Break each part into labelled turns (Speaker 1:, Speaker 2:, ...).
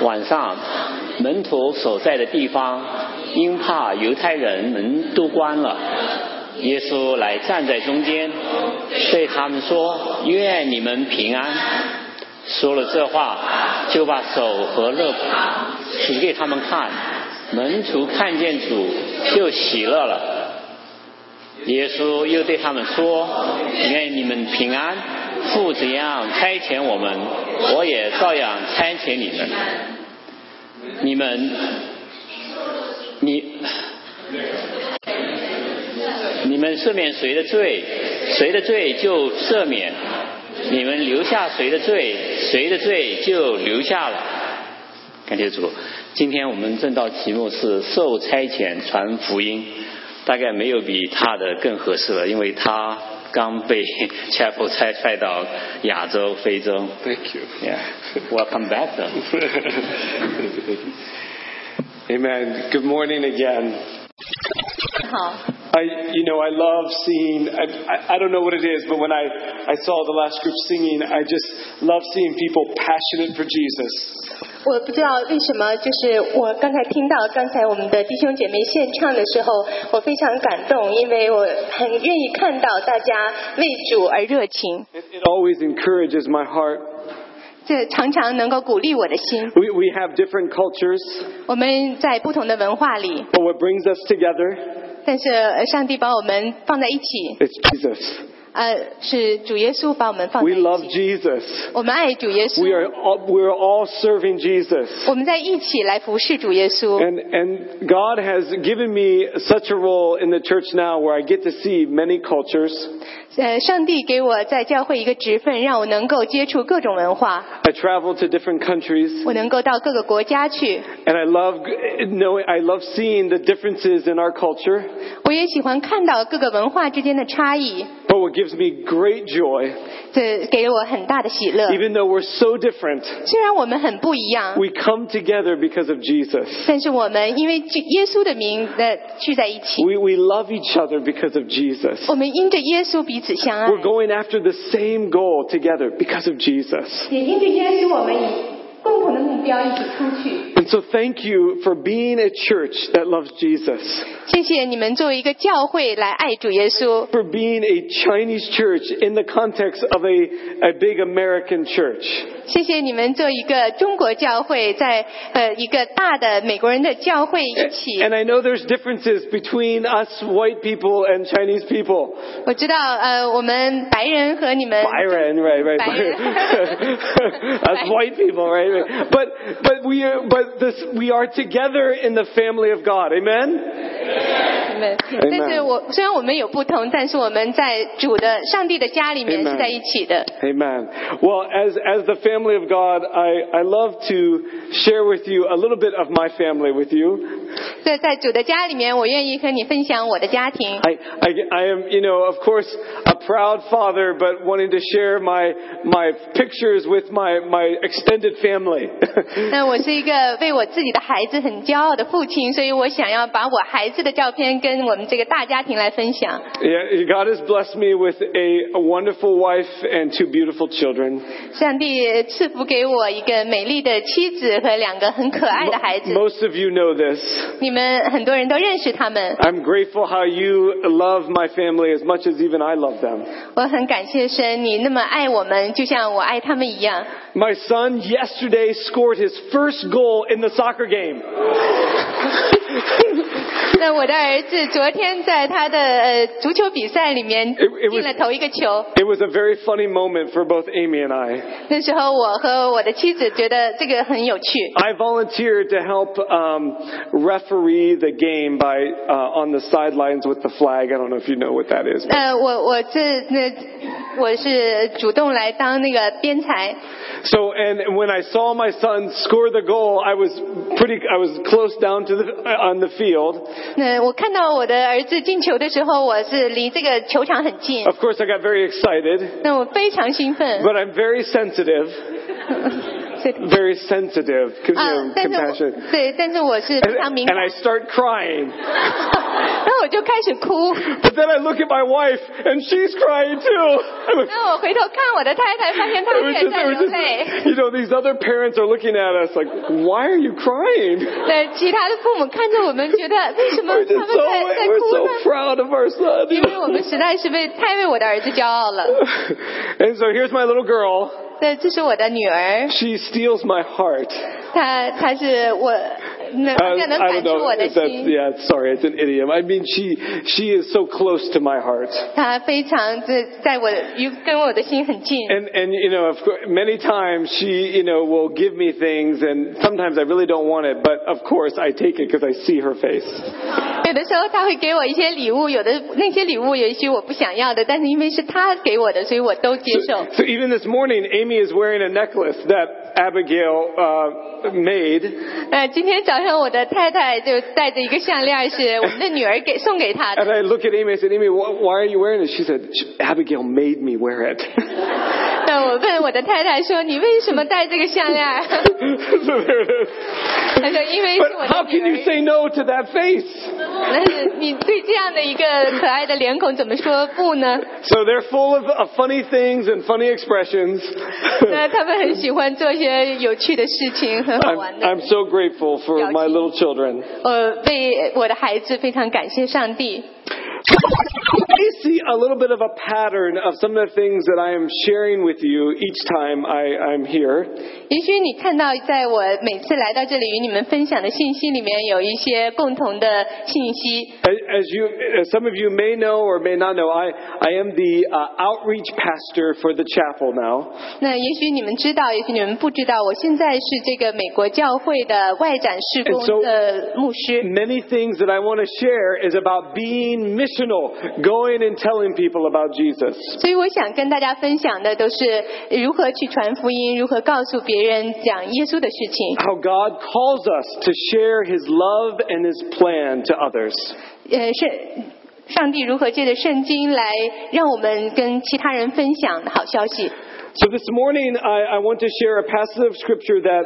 Speaker 1: 晚上，门徒所在的地方，因怕犹太人门都关了，耶稣来站在中间，对他们说：“愿你们平安。”说了这话，就把手和肋指给他们看。门徒看见主，就喜乐了。耶稣又对他们说：“愿你们平安。父怎样差遣我们，我也照样差遣你们。你们，你，你们赦免谁的罪，谁的罪就赦免；你们留下谁的罪，谁的罪就留下了。”感谢主。今天我们正道题目是“受差遣传福音”。大概没有比他的更合适了，因为他刚被 Chapel 拆派到亚洲、非洲。
Speaker 2: Thank you.
Speaker 1: Yeah, welcome back. though.
Speaker 2: Amen. Good morning again.
Speaker 3: 好，
Speaker 2: I, you know, I love seeing. I, I, I don't know what it is, but when I, I saw the last group singing, I just love seeing people passionate for Jesus.
Speaker 3: 我不知道为什么，就是我刚才听到刚才我们的弟兄姐妹献唱的时候，我非常感动，因为我很愿意看到大家为主而热情，
Speaker 2: It, it always encourages my heart.
Speaker 3: 这常常能够鼓励我的心。
Speaker 2: We, we have different cultures,
Speaker 3: 我们在不同的文化里，
Speaker 2: but what brings us together
Speaker 3: 但是呃上帝把我们放在一起，
Speaker 2: is Jesus.
Speaker 3: 呃，是主耶稣把我们放在
Speaker 2: We
Speaker 3: 一
Speaker 2: love
Speaker 3: 起。
Speaker 2: Jesus.
Speaker 3: 我们爱主耶
Speaker 2: We
Speaker 3: 稣，
Speaker 2: are all, we're all serving Jesus.
Speaker 3: 我们在一起来服侍主耶稣。
Speaker 2: And, and God has given me such a role in the church now where I get to see many cultures.
Speaker 3: 呃，上帝给我在教会一个职分，让我能够接触各种文化。
Speaker 2: I travel to different countries
Speaker 3: 我能够到各个国家去。
Speaker 2: and I love knowing, I love seeing the differences in our culture.
Speaker 3: 我也喜欢看到各个文化之间的差异，
Speaker 2: But what gives me great joy,
Speaker 3: 这给我很大的喜乐。
Speaker 2: even though we're so different,
Speaker 3: 虽然我们很不一样，
Speaker 2: we come together because of Jesus.
Speaker 3: 但是我们因为这耶稣的名呃聚在一起，
Speaker 2: We, we love each other because of Jesus.
Speaker 3: 我们因着耶稣彼此相爱，
Speaker 2: We're going after the same goal together because of Jesus.
Speaker 3: 也因着耶稣我们以共同的目标一起出去。
Speaker 2: And so thank you for being a church that loves Jesus.
Speaker 3: 谢谢你们作为一个教会来爱主耶稣，
Speaker 2: for being a Chinese church in the context of a, a big American church.
Speaker 3: 谢谢你们做一个中国教会在呃一个大的美国人的教会一起
Speaker 2: And I know there's differences between us white people and Chinese people.
Speaker 3: 我知道，呃，我们白人和你们
Speaker 2: Byron, right, right.
Speaker 3: Byron.
Speaker 2: Us white people, right? But but we are but this we are together in the family of God. Amen?
Speaker 3: 你们，但是我虽然我们有不同，但是我们在主的上帝的家里面
Speaker 2: Amen
Speaker 3: 是在一起的。
Speaker 2: Amen. Well, as as the family of God, I, I love to share with you a little bit of my family with you.
Speaker 3: 在在主的家里面，我愿意和你分享我的家庭。
Speaker 2: I, I, I am, you know, of course, a proud father, but wanting to share my my pictures with my my extended family.
Speaker 3: 那我是一个为我自己的孩子很骄傲的父亲，所以我想要把我孩子的照片跟我们这个大家庭来分享。
Speaker 2: yeah, God has blessed me with a, a wonderful wife and two beautiful children.
Speaker 3: 上帝赐福给我一个美丽的妻子和两个很可爱的孩子，
Speaker 2: Most of you know this.
Speaker 3: 你们很多人都认识他们。
Speaker 2: I'm grateful how you love my family as much as even I love them.
Speaker 3: 我很感谢神，你那么爱我们，就像我爱他们一样。
Speaker 2: My son yesterday scored his first goal in the soccer game.
Speaker 3: 那我的儿子昨天在他的呃足球比赛里面
Speaker 2: It- it was-
Speaker 3: 进了头一个球，
Speaker 2: It was a very funny moment for both Amy and I.
Speaker 3: 那时候我和我的妻子觉得这个很有趣。
Speaker 2: I volunteered to help um, referee the game by uh, on the sidelines with the flag. I don't know if you know what that is.
Speaker 3: 呃，我我这那我是主动来当那个边裁，
Speaker 2: So, and when I saw my son score the goal, I was pretty. I was close down to the uh, on the field.
Speaker 3: 那我看到我的儿子进球的时候，我是离这个球场很近，
Speaker 2: Of course, I got very excited,
Speaker 3: 那我非常兴奋。
Speaker 2: but I'm very sensitive.
Speaker 3: 所以
Speaker 2: I'm very sensitive, you
Speaker 3: 啊
Speaker 2: know,，
Speaker 3: 但是我
Speaker 2: compassion.
Speaker 3: 对，但是我是
Speaker 2: And,
Speaker 3: 非常敏感
Speaker 2: and，I start crying.
Speaker 3: 然后我就开始哭，
Speaker 2: But then I look at my wife, and she's crying too. I was-
Speaker 3: 然后我回头看我的太太，发现她
Speaker 2: it
Speaker 3: 也
Speaker 2: was just-
Speaker 3: 在
Speaker 2: it
Speaker 3: 流
Speaker 2: was
Speaker 3: 泪。
Speaker 2: just- you know, these other parents are looking at us like, why are you crying?
Speaker 3: 对，呃其他的父母看着我们，觉得为什么
Speaker 2: We're
Speaker 3: 他
Speaker 2: just
Speaker 3: 们
Speaker 2: so,
Speaker 3: 在在
Speaker 2: we're
Speaker 3: 哭呢
Speaker 2: so？proud of our son.
Speaker 3: 因为我们实在是为太为我的儿子骄傲了。
Speaker 2: and so here's my little girl.
Speaker 3: 对，这是我的女儿，
Speaker 2: She steals my heart.
Speaker 3: 她她是我能
Speaker 2: Uh,
Speaker 3: 更能
Speaker 2: I
Speaker 3: 反
Speaker 2: don't
Speaker 3: 出
Speaker 2: know.
Speaker 3: 我的
Speaker 2: if That's,
Speaker 3: 心，
Speaker 2: yeah, sorry, it's an idiom. I mean, she she is so close to my heart,
Speaker 3: 她非常在在我与跟我的心很近。
Speaker 2: and and you know, of course, many times she you know will give me things, and sometimes I really don't want it, but of course I take it because I see her face.
Speaker 3: 有的时候她会给我一些礼物，有的那些礼物也许我不想要的，但是因为是她给我的，所以我都接受
Speaker 2: So,。so even this morning, Amy is wearing a necklace that Abigail uh, made.
Speaker 3: 呃，今天早上我的太太就戴着一个项链，是我们的女儿给送给她的。
Speaker 2: And I look at Amy. I said, Amy, wh- why are you wearing this? She said, Abigail made me wear it.
Speaker 3: 那我问我的太太说：“你为什么戴这个项链
Speaker 2: so？” there it is.
Speaker 3: 她说：“因为是
Speaker 2: But
Speaker 3: 我
Speaker 2: how
Speaker 3: 的
Speaker 2: can
Speaker 3: 女
Speaker 2: you
Speaker 3: 儿。
Speaker 2: say no to that face? ”
Speaker 3: 但是你对这样的一个可爱的脸孔怎么说不呢？
Speaker 2: So they're full of uh, funny things and funny expressions.
Speaker 3: 那他们很喜欢做一些有趣的事情，很 好
Speaker 2: I'm,
Speaker 3: 玩的
Speaker 2: I'm。so grateful for my little children.
Speaker 3: 呃，为我的孩子非常感谢上帝。
Speaker 2: I see a little bit of a pattern of some of the things that I am sharing with you each time I, I'm here.
Speaker 3: 也许你看到，在我每次来到这里与你们分享的信息里面，有一些共同的信息。
Speaker 2: As, as you, as some of you may know or may not know, I, I am the uh, outreach pastor for the chapel now.
Speaker 3: 那也许你们知道，也许你们不知道，我现在是这个美国教会的外展事
Speaker 2: And so-
Speaker 3: 工的牧师。
Speaker 2: Many things that I want to share is about being missional, going and telling people about Jesus.
Speaker 3: 所以我想跟大家分享的都是如何去传福音，如何告诉别人讲耶稣的事情。
Speaker 2: How God calls us to share His love and His plan to others.
Speaker 3: 呃，是上帝如何借着圣经来让我们跟其他人分享好消息。
Speaker 2: So this morning, I, I want to share a passage of scripture that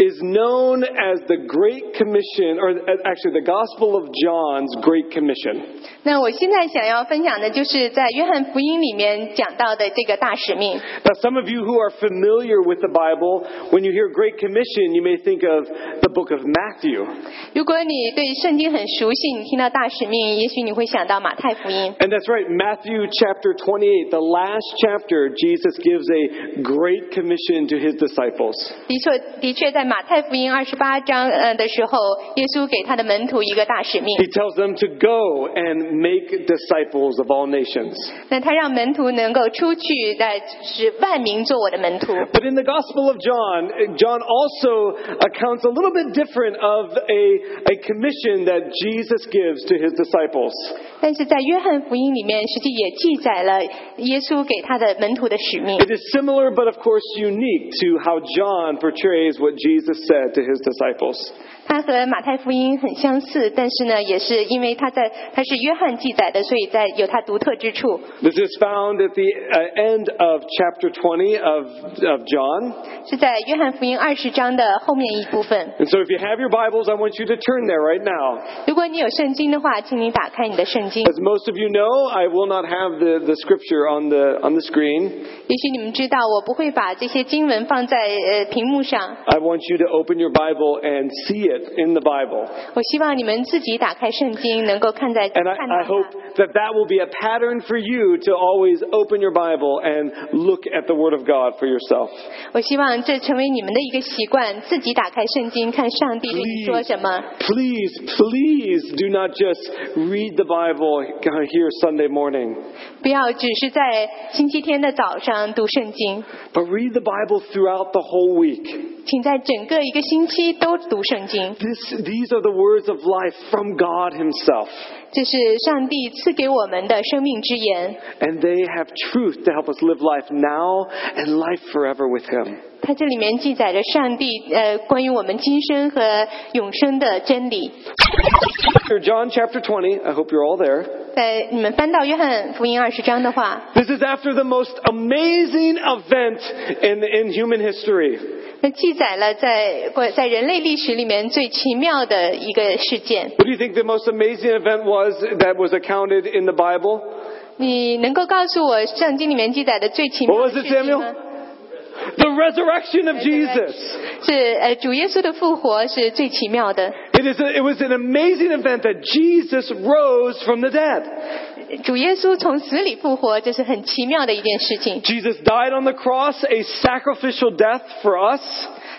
Speaker 2: is known as the Great Commission, or uh, actually the Gospel of John's Great Commission.
Speaker 3: 那我现在想要分享的就是在约翰福音里面讲到的这个大使命。
Speaker 2: Now, some of you who are familiar with the Bible, when you hear Great Commission, you may think of the book of Matthew.
Speaker 3: 如果你对圣经很熟悉，你听到大使命，也许你会想到马太福音。
Speaker 2: And that's right, Matthew chapter 28, the last chapter, Jesus gives a great commission to his disciples.
Speaker 3: 的确，的确，在马太福音二十八章呃的时候，耶稣给他的门徒一个大使命。
Speaker 2: He tells them to go and make disciples of all nations.
Speaker 3: 那他让门徒能够出去，在使万民做我的门徒。
Speaker 2: But in the Gospel of John, John also accounts a little bit different of a, a commission that Jesus gives to his disciples.
Speaker 3: 但是在约翰福音里面，实际也记载了耶稣给他的门徒的使命。
Speaker 2: It is similar, but of course unique to how John portrays what Jesus said to his disciples.
Speaker 3: 它和马太福音很相似，但是呢，也是因为它在它是约翰记载的，所以在有它独特之处。
Speaker 2: This is found at the uh, end of chapter 20 of, of John.
Speaker 3: 是在约翰福音二十章的后面一部分。
Speaker 2: And so if you have your Bibles, I want you to turn there right now.
Speaker 3: 如果你有圣经的话，请你打开你的圣经。
Speaker 2: As most of you know, I will not have the, the scripture on the, on the screen.
Speaker 3: 也许你们知道，我不会把这些经文放在呃屏幕上，
Speaker 2: I want you to open your Bible and see it in the Bible.
Speaker 3: 我希望你们自己打开圣经，能够看在
Speaker 2: And
Speaker 3: 看
Speaker 2: I, I
Speaker 3: 到
Speaker 2: hope
Speaker 3: 它。
Speaker 2: that that will be a pattern for you to always open your Bible and look at the Word of God for yourself.
Speaker 3: 我希望这成为你们的一个习惯，自己打开圣经，看上帝对你说什么。
Speaker 2: Please, please do not just read the Bible here Sunday morning.
Speaker 3: 不要只是在星期天的早上读圣经，
Speaker 2: But read the Bible throughout the whole week.
Speaker 3: 请在整个一个星期都读圣经。
Speaker 2: This, these are the words of life from God Himself.
Speaker 3: 这是上帝赐给我们的生命之言，
Speaker 2: And they have truth to help us live life now and life forever with Him.
Speaker 3: 它这里面记载着上帝呃关于我们今生和永生的真理。
Speaker 2: Here, John chapter 20, I hope you're all there.
Speaker 3: 在呃你们翻到约翰福音二十章的话，
Speaker 2: This is after the most amazing event in, in human history.
Speaker 3: 那记载了在过在人类历史里面最奇妙的一个事件。
Speaker 2: What do you think the most amazing event was that was accounted in the Bible?
Speaker 3: 你能够告诉我圣经里面记载的最奇妙
Speaker 2: What
Speaker 3: 的
Speaker 2: was it,
Speaker 3: 事情
Speaker 2: Samuel?
Speaker 3: 吗？
Speaker 2: The resurrection of Jesus.
Speaker 3: 是呃，主耶稣的复活是最奇妙的。
Speaker 2: It, is a, it was an amazing event that Jesus rose from the dead.
Speaker 3: 主耶稣从死里复活，这是很奇妙的一件事情。
Speaker 2: Jesus died on the cross, a sacrificial death for us.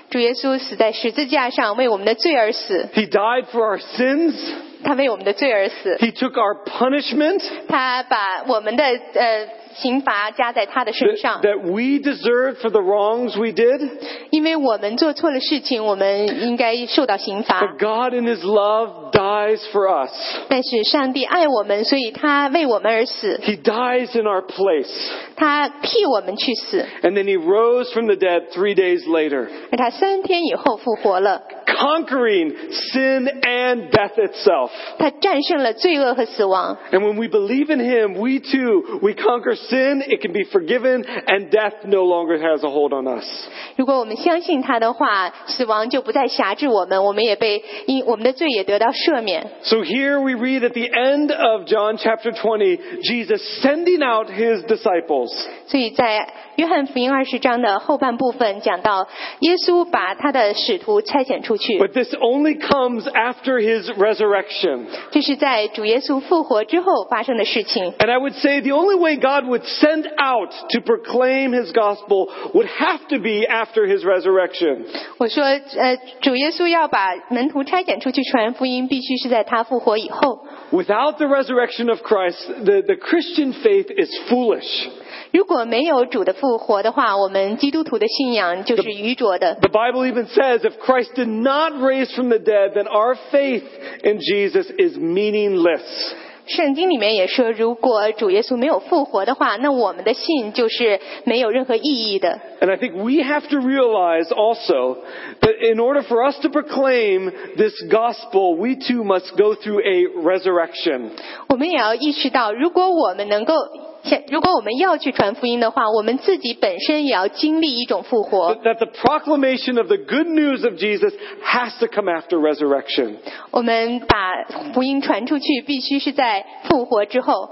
Speaker 3: 主耶稣死在十字架上，为我们的罪而死，
Speaker 2: He died for our sins.
Speaker 3: 他为我们的罪而死，
Speaker 2: He took our punishment
Speaker 3: 他把我们的呃刑罚加在他的身
Speaker 2: that,
Speaker 3: 上，
Speaker 2: that we deserved for the wrongs we did.
Speaker 3: 因为我们做错了事情，我们应该受到刑罚
Speaker 2: But。God in His love dies for us.
Speaker 3: 但是上帝爱我们，所以他为我们而死，
Speaker 2: He dies in our place.
Speaker 3: 他替我们去死，
Speaker 2: And then He rose from the dead three days later,
Speaker 3: 而他三天以后复活了，
Speaker 2: conquering sin and death itself.
Speaker 3: 他战胜了罪恶和死亡。
Speaker 2: And when we believe in Him, we too, we conquer sin, it can be forgiven, and death no longer has a hold on us.
Speaker 3: 如果我们相信他的话，死亡就不再辖制我们，我们也被因我们的罪也得到赦免。
Speaker 2: So here we read at the end of John chapter 20, Jesus sending out His disciples.
Speaker 3: 所以在约翰福音二十章的后半部分讲到，耶稣把他的使徒差遣出去，
Speaker 2: But this only comes after His resurrection.
Speaker 3: 这是在主耶稣复活之后发生的事情。
Speaker 2: And I would say the only way God would send out to proclaim His gospel would have to be after His resurrection.
Speaker 3: 我说，呃，主耶稣要把门徒差遣出去传福音，必须是在他复活以后。
Speaker 2: Without the resurrection of Christ, the, the Christian faith is foolish.
Speaker 3: 如果没有主的复活的话，我们基督徒的信仰就是愚拙的。
Speaker 2: The Bible even says if Christ did not raise from the dead, then our faith in Jesus is meaningless.
Speaker 3: 圣经里面也说，如果主耶稣没有复活的话，那我们的信就是没有任何意义的。
Speaker 2: And I think we have to realize also that in order for us to proclaim this gospel, we too must go through a resurrection.
Speaker 3: 我们也要意识到，如果我们能够，如果我们要去传福音的话，我们自己本身也要经历一种复活
Speaker 2: That。that the proclamation of the good news of Jesus has to come after resurrection.
Speaker 3: 我们把福音传出去，必须是在复活之后。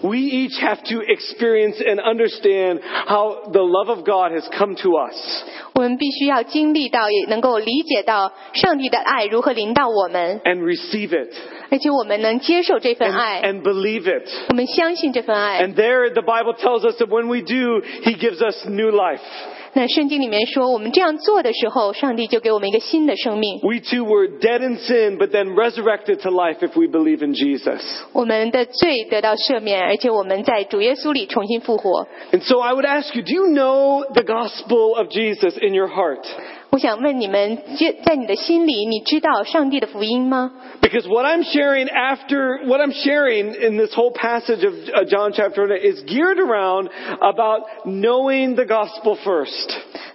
Speaker 2: We each have to experience and understand how the love of God has come to us.
Speaker 3: 我们必须要经历到，也能够理解到上帝的爱如何临到我们，
Speaker 2: and receive it
Speaker 3: 而且我们能接受这份
Speaker 2: and,
Speaker 3: 爱，
Speaker 2: and believe it.
Speaker 3: 我们相信这份爱。
Speaker 2: And there the Bible tells us that when we do, He gives us new life.
Speaker 3: 那圣经里面说，我们这样做的时候，上帝就给我们一个新的生命。
Speaker 2: We too were dead in sin, but then resurrected to life if we believe in Jesus.
Speaker 3: 我们的罪得到赦免，而且我们在主耶稣里重新复活。
Speaker 2: And so I would ask you, do you know the gospel of Jesus in your heart?
Speaker 3: 我想问你们，在在你的心里，你知道上帝的福音吗？
Speaker 2: Because what I'm sharing after, what I'm sharing in this whole passage of uh, John chapter 9 is geared around about knowing the gospel first.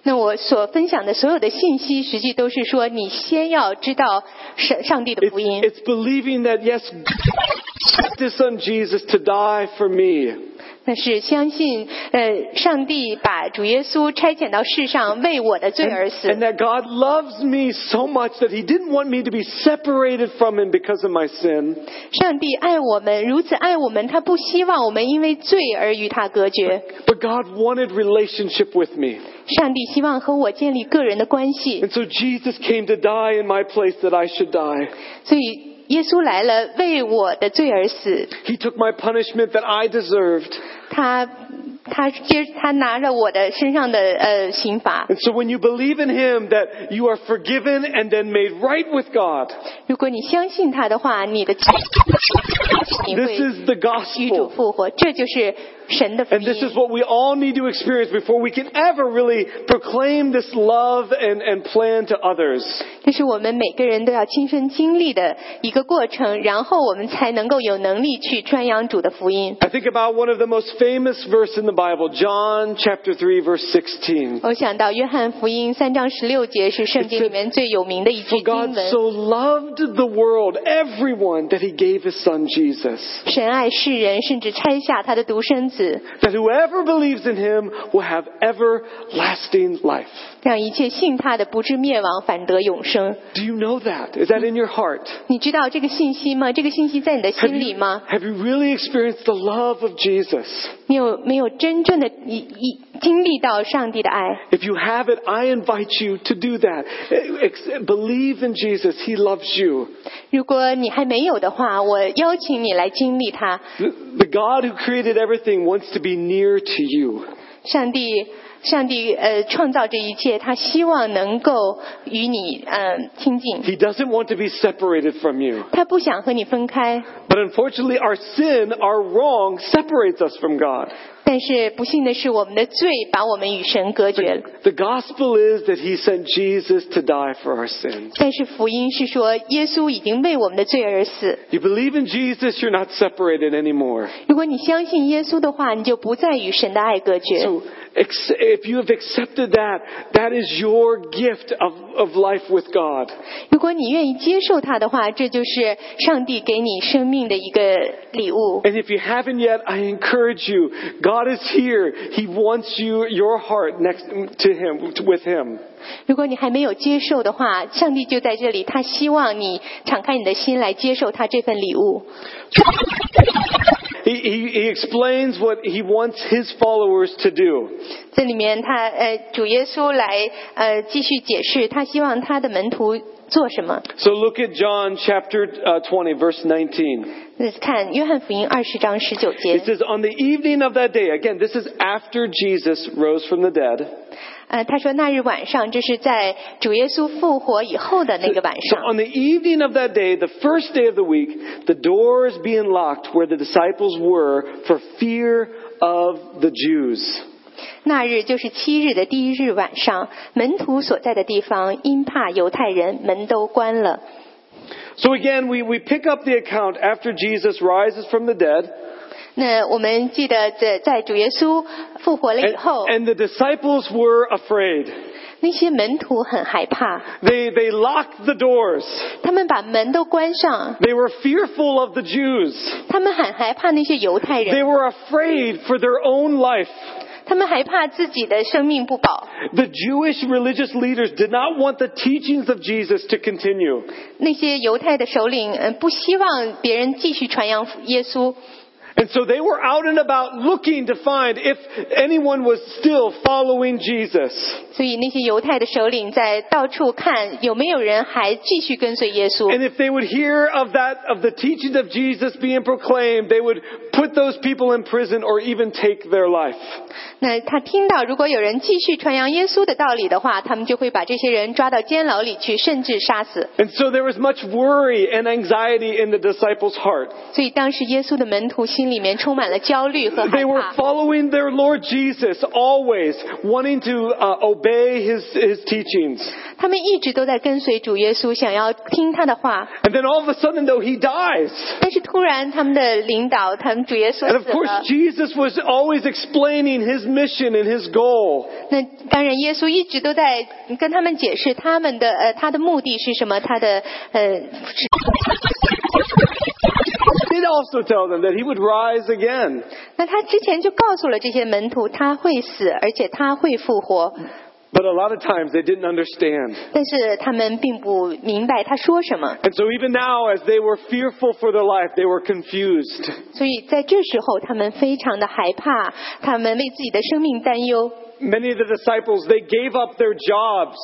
Speaker 3: 那我所分享的所有的信息，实际都是说，你先要知道上上帝的
Speaker 2: It's,
Speaker 3: 福音，
Speaker 2: it's believing that yes, this son Jesus to die for me.
Speaker 3: 那是相信呃，上帝把主耶稣差遣到世上，为我的罪而
Speaker 2: And
Speaker 3: 死。
Speaker 2: that God loves me so much that He didn't want me to be separated from Him because of my sin.
Speaker 3: 上帝爱我们，如此爱我们，他不希望我们因为罪而与他隔绝。
Speaker 2: But God wanted relationship with me.
Speaker 3: 上帝希望和我建立个人的关系，
Speaker 2: And so Jesus came to die in my place that I should die.
Speaker 3: 所以耶稣来了，为我的罪而死，
Speaker 2: He took my punishment that I deserved.
Speaker 3: 他他接他拿着我的身上的呃刑罚。
Speaker 2: And so when you believe in Him that you are forgiven and then made right with God,
Speaker 3: 如果你相信他的话，你的你
Speaker 2: this
Speaker 3: 会
Speaker 2: is the
Speaker 3: 与主
Speaker 2: gospel.
Speaker 3: 复活，这就是神的福
Speaker 2: And this is
Speaker 3: 音。
Speaker 2: what we all need to experience before we can ever really proclaim this love and, and plan to others.
Speaker 3: 这是我们每个人都要亲身经历的一个过程，然后我们才能够有能力去传扬主的福音。
Speaker 2: I think about one of the most famous verse in the Bible, John chapter 3 verse 16.
Speaker 3: 我想到约翰福音三章十六节是圣经里面最有名的一句
Speaker 2: For
Speaker 3: 经
Speaker 2: God
Speaker 3: 文
Speaker 2: so。loved the world, everyone, that he gave his son Jesus.
Speaker 3: 神爱世人，甚至拆下他的独生子，
Speaker 2: that whoever believes in him will have everlasting life.
Speaker 3: 让一切信他的不至灭亡，反得永生。
Speaker 2: Do you know that? Is that in your heart?
Speaker 3: 你知道这个信息吗？这个信息在你的
Speaker 2: Have
Speaker 3: 心里
Speaker 2: you,
Speaker 3: 吗？
Speaker 2: have you really experienced the love of Jesus?
Speaker 3: 你有没有真正的一一经历到上帝的爱？
Speaker 2: If you have it, I invite you to do that. Ex- Believe in Jesus. He loves you.
Speaker 3: 如果你还没有的话，我邀请你来经历它。
Speaker 2: The the God who created everything wants to be near to you.
Speaker 3: 上帝，上帝，呃，创造这一切，他希望能够与你，呃，亲近。
Speaker 2: He doesn't want to be separated from you.
Speaker 3: 他不想和你分开，
Speaker 2: But unfortunately, our sin, our wrong, separates us from God.
Speaker 3: 但是不幸的是，我们的罪把我们与神隔绝了。
Speaker 2: The gospel is that He sent Jesus to die for our sins.
Speaker 3: 但是福音是说，耶稣已经为我们的罪而死。
Speaker 2: You believe in Jesus, you're not separated anymore.
Speaker 3: 如果你相信耶稣的话，你就不再与神的爱隔绝。
Speaker 2: So ex- if you have accepted that, that is your gift of, of life with God.
Speaker 3: 如果你愿意接受他的话，这就是上帝给你生命的一个礼物。
Speaker 2: And if you haven't yet, I encourage you. God is here. He wants you, your heart next to Him, with Him.
Speaker 3: 如果你还没有接受的话，上帝就在这里，他希望你敞开你的心来接受他这份礼物。
Speaker 2: He, he, he explains what He wants His followers to do.
Speaker 3: 这里面他呃，主耶稣来呃继续解释，他希望他的门徒做什么。
Speaker 2: So look at John chapter uh, 20, verse 19.
Speaker 3: 呃看约翰福音二十章十九
Speaker 2: It
Speaker 3: 节，
Speaker 2: says, On the evening of that day, again, this is after Jesus rose from the dead.
Speaker 3: 呃，他说那日晚上，这是在主耶稣复活以后的那个晚
Speaker 2: So
Speaker 3: 上。
Speaker 2: on the evening of that day, the first day of the week, the doors being locked where the disciples were for fear of the Jews.
Speaker 3: 那日就是七日的第一日晚上，门徒所在的地方，因怕犹太人，门都关了。
Speaker 2: So again, we, we pick up the account after Jesus rises from the dead,
Speaker 3: 那我们记得在在主耶稣复活了
Speaker 2: and,
Speaker 3: 以后，
Speaker 2: and the disciples were afraid.
Speaker 3: 那些门徒很害怕，
Speaker 2: They, they locked the doors.
Speaker 3: 他们把门都关上，
Speaker 2: They were fearful of the Jews.
Speaker 3: 他们很害怕那些犹太
Speaker 2: They
Speaker 3: 人，
Speaker 2: were afraid for their own life.
Speaker 3: 他们害怕自己的生命不保。
Speaker 2: The Jewish religious leaders did not want the teachings of Jesus to continue.
Speaker 3: 那些犹太的首领，嗯，不希望别人继续传扬耶稣，
Speaker 2: And so they were out and about looking to find if anyone was still following Jesus.
Speaker 3: 所以那些犹太的首领在到处看有没有人还继续跟随耶稣。
Speaker 2: And if they would hear of that, of the teachings of Jesus being proclaimed, they would put those people in prison or even take their life.
Speaker 3: 那他听到如果有人继续传扬耶稣的道理的话，他们就会把这些人抓到监牢里去，甚至杀死。
Speaker 2: And so there was much worry and anxiety in the disciples' heart.
Speaker 3: 所以当时耶稣的门徒心里面充满了焦虑和害
Speaker 2: They were
Speaker 3: 怕，
Speaker 2: following their Lord Jesus always, wanting to uh, obey his, his teachings.
Speaker 3: 他们一直都在跟随主耶稣，想要听他的话。
Speaker 2: And then all of a sudden though, he dies.
Speaker 3: 但是突然，他们的领导，他们主耶稣
Speaker 2: And of
Speaker 3: 死
Speaker 2: course,
Speaker 3: 了。
Speaker 2: Jesus was always explaining his mission and his goal.
Speaker 3: 那当然，耶稣一直都在跟他们解释他们的呃他的目的是什么，他的呃
Speaker 2: He did also tell them that he would rise again.
Speaker 3: 那他之前就告诉了这些门徒，他会死，而且他会复活。
Speaker 2: But a lot of times they didn't understand.
Speaker 3: 但是他们并不明白他说什么，
Speaker 2: And so even now, as they were fearful for their life, they were confused.
Speaker 3: 所以在这时候，他们非常的害怕，他们为自己的生命担忧。
Speaker 2: Many of the disciples, they gave up their jobs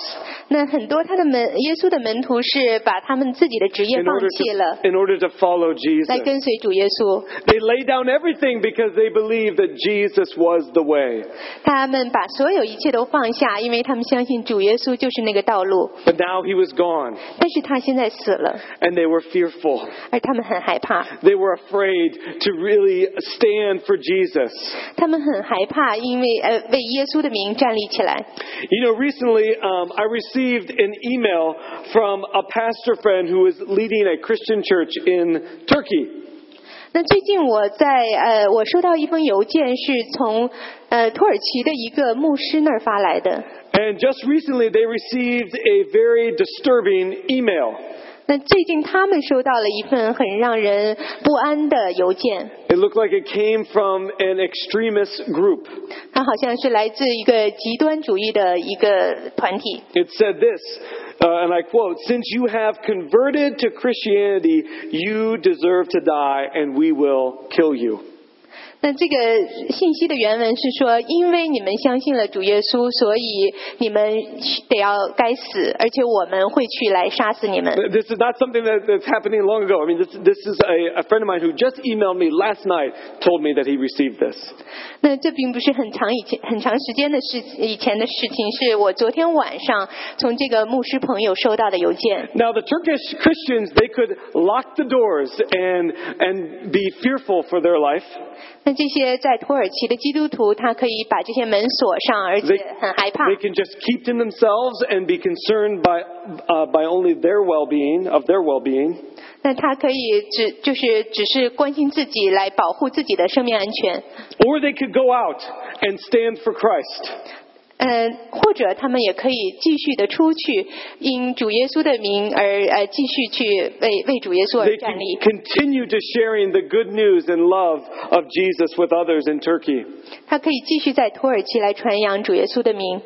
Speaker 3: 那很多他的门耶稣的门徒是把他们自己的职业
Speaker 2: in
Speaker 3: 放
Speaker 2: order
Speaker 3: 弃了
Speaker 2: to,，in order to follow
Speaker 3: 来
Speaker 2: Jesus.
Speaker 3: 跟随主耶稣。
Speaker 2: They laid down everything because they believed that Jesus was the way.
Speaker 3: 他们把所有一切都放下，因为他们相信主耶稣就是那个道路。
Speaker 2: But now he was gone,
Speaker 3: 但是他现在死了，
Speaker 2: and they were fearful.
Speaker 3: 而他们很害怕，
Speaker 2: They were afraid to really stand for Jesus.
Speaker 3: 他们很害怕，因为呃为耶稣的名站立起来。
Speaker 2: You know, recently um, I received an email from a pastor friend who is leading a Christian church in Turkey.
Speaker 3: 那最近我在呃，我收到一封邮件，是从呃土耳其的一个牧师那儿发来的。
Speaker 2: And just recently, they received a very disturbing email.
Speaker 3: 那最近他们收到了一份很让人不安的邮件，
Speaker 2: It looked like it came from an extremist group.
Speaker 3: 它好像是来自一个极端主义的一个团体。
Speaker 2: It said this, uh, and I quote, Since you have converted to Christianity, you deserve to die, and we will kill you.
Speaker 3: 那这个信息的原文是说，因为你们相信了主耶稣，所以你们得要该死，而且我们会去来杀死你们。
Speaker 2: This is not something that, that's happening long ago. I mean, this, this is a, a friend of mine who just emailed me last night, told me that he received this.
Speaker 3: 那这并不是很长以前、很长时间的事，以前的事情，是我昨天晚上从这个牧师朋友收到的邮件。
Speaker 2: Now, the Turkish Christians, they could lock the doors and, and be fearful for their life.
Speaker 3: 那这些在土耳其的基督徒，他可以把这些门锁上，而且
Speaker 2: They,
Speaker 3: 很害怕。
Speaker 2: they can just keep to themselves and be concerned by, uh, by only their well-being, of their well-being.
Speaker 3: 那他可以只就是只是关心自己，来保护自己的生命安全。
Speaker 2: Or they could go out and stand for Christ.
Speaker 3: 嗯，或者他们也可以继续的出去，因主耶稣的名而呃继续去为为主耶稣
Speaker 2: They
Speaker 3: 而
Speaker 2: can
Speaker 3: 站立。
Speaker 2: continue to sharing the good news and love of Jesus with others in Turkey.
Speaker 3: 他可以继续在土耳其来传扬主耶稣的名。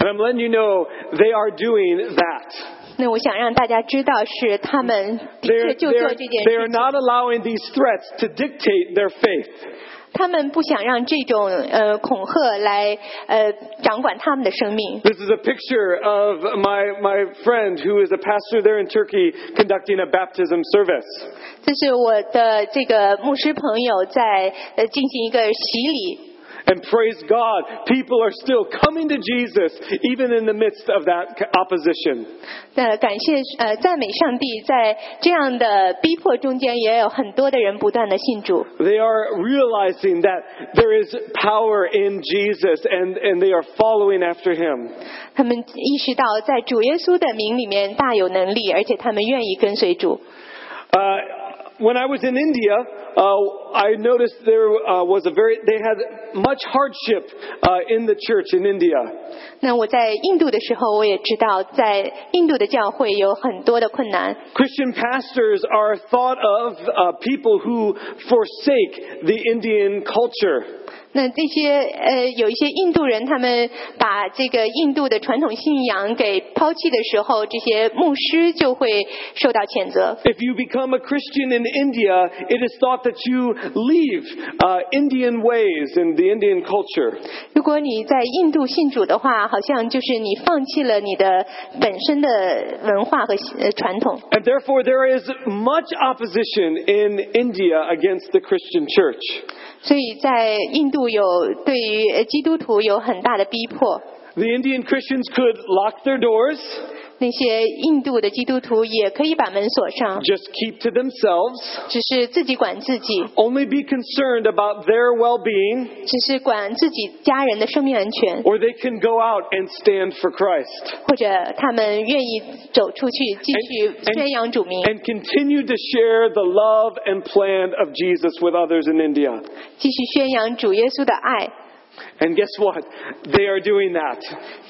Speaker 2: And I'm letting you know they are doing that.
Speaker 3: 那我想让大家知道，是他们的
Speaker 2: They're,
Speaker 3: 确就做
Speaker 2: they're,
Speaker 3: 这件
Speaker 2: they
Speaker 3: 事
Speaker 2: are
Speaker 3: 情。
Speaker 2: not allowing these threats to dictate their faith.
Speaker 3: 他们不想让这种呃恐吓来呃掌管他们的生命。
Speaker 2: This is a picture of my, my friend who is a pastor there in Turkey conducting a baptism service.
Speaker 3: 这是我的这个牧师朋友在呃进行一个洗礼。
Speaker 2: And praise God, people are still coming to Jesus even in the midst of that opposition.
Speaker 3: 那感谢呃赞美上帝，在这样的逼迫中间，也有很多的人不断的信主。
Speaker 2: They are realizing that there is power in Jesus and, and they are following after him.
Speaker 3: 他们意识到，在主耶稣的名里面大有能力，而且他们愿意跟随主。
Speaker 2: Uh, when I was in India, uh, I noticed there uh, was a very, they had much hardship uh, in the church in India.
Speaker 3: 那我在印度的时候，我也知道，在印度的教会有很多的困难。
Speaker 2: Christian pastors are thought of uh, people who forsake the Indian culture.
Speaker 3: 那这些呃，有一些印度人，他们把这个印度的传统信仰给抛弃的时候，这些牧师就会受到谴责。
Speaker 2: If you become a Christian in India, it is thought that you leave uh, Indian ways and the Indian culture.
Speaker 3: 如果你在印度信主的话，好像就是你放弃了你的本身的文化和呃传统，
Speaker 2: And therefore, there is much opposition in India against the Christian church.
Speaker 3: 所以在印度有对于呃基督徒有很大的逼迫。
Speaker 2: The Indian Christians could lock their doors,
Speaker 3: 那些印度的基督徒也可以把门锁上，
Speaker 2: just keep to themselves,
Speaker 3: 只是自己管自己，
Speaker 2: only be concerned about their well being,
Speaker 3: 只是管自己家人的生命安全，
Speaker 2: or they can go out and stand for Christ.
Speaker 3: 或者他们愿意走出去继续
Speaker 2: And-
Speaker 3: 宣扬主名，
Speaker 2: and continue to share the love and plan of Jesus with others in India.
Speaker 3: 继续宣扬主耶稣的爱。
Speaker 2: And guess what? They are doing that.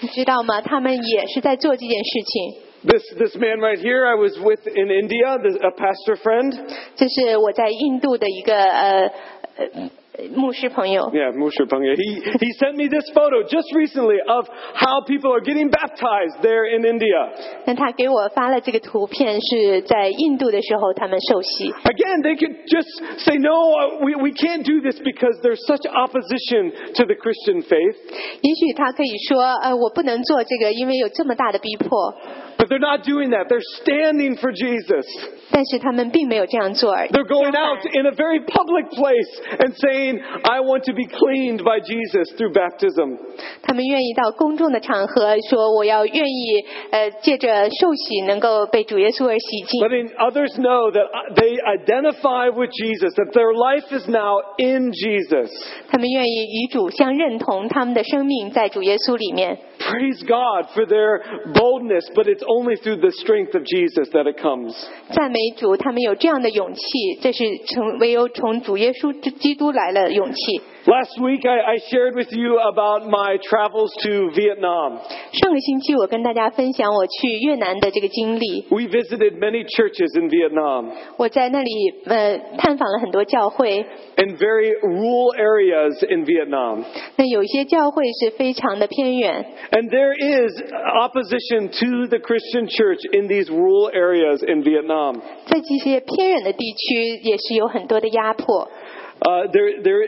Speaker 3: 你知道吗？他们也是在做这件事情。
Speaker 2: This, this man right here I was with in India, this, a pastor friend.
Speaker 3: 这是我在印度的一个呃呃牧师朋友，
Speaker 2: Yeah, Mushar Pange. He, he sent me this photo just recently of how people are getting baptized there in India.
Speaker 3: 那他给我发了这个图片，是在印度的时候他们受洗。
Speaker 2: Again, they could just say, no, uh, we, we can't do this because there's such opposition to the Christian faith.
Speaker 3: 也许他可以说，呃，我不能做这个，因为有这么大的逼迫。
Speaker 2: But they're not doing that. They're standing for Jesus.
Speaker 3: 但是他们并没有这样做而已，
Speaker 2: They're going out in a very public place and saying, I want to be cleaned by Jesus through baptism.
Speaker 3: 他们愿意到公众的场合说，我要愿意呃借着受洗能够被主耶稣而洗净，
Speaker 2: Letting others know that uh, they identify with Jesus, that their life is now in Jesus.
Speaker 3: 他们愿意与主相认同，他们的生命在主耶稣里面。
Speaker 2: praise God for their boldness, but it's only through the strength of Jesus that it comes.
Speaker 3: 赞美主，他们有这样的勇气，这是从唯有从主耶稣之基督来的勇气。
Speaker 2: Last week I, I shared with you about my travels to Vietnam.
Speaker 3: 上个星期我跟大家分享我去越南的这个经历，
Speaker 2: We visited many churches in Vietnam
Speaker 3: 我在那里呃探访了很多教会，
Speaker 2: and very rural areas in Vietnam.
Speaker 3: 那有一些教会是非常的偏远，
Speaker 2: And there is opposition to the Christian church in these rural areas in Vietnam.
Speaker 3: 在这些偏远的地区也是有很多的压迫。
Speaker 2: Uh, there, there,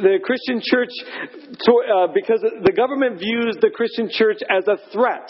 Speaker 2: the Christian church, to- uh, because the government views the Christian church as a threat.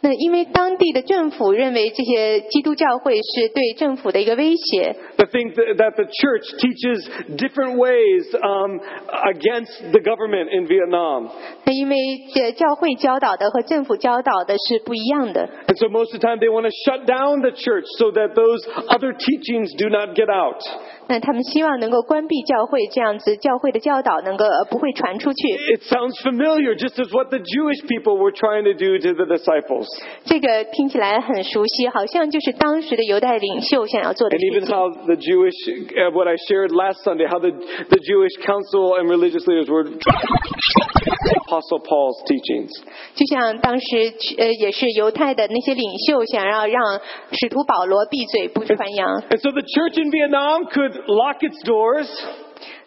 Speaker 3: 那因为当地的政府认为这些基督教会是对政府的一个威胁，
Speaker 2: The thing that, that the church teaches different ways um, against the government in Vietnam.
Speaker 3: 那因为这教会教导的和政府教导的是不一样的，
Speaker 2: And so most of the time they want to shut down the church so that those other teachings do not get out.
Speaker 3: 那他们希望能够关闭教会，这样子教会的教导能够呃不会传出去。
Speaker 2: It sounds familiar, just as what the Jewish people were trying to do to the disciples.
Speaker 3: 这个听起来很熟悉，好像就是当时的犹太领袖想要做的
Speaker 2: And
Speaker 3: 事
Speaker 2: even
Speaker 3: 情。
Speaker 2: how the Jewish, uh, what I shared last Sunday, how the, the Jewish council and religious leaders were Apostle Paul's teachings.
Speaker 3: 就像当时呃也是犹太的那些领袖想要让使徒保罗闭嘴不传扬。
Speaker 2: And so the church in Vietnam could lock its doors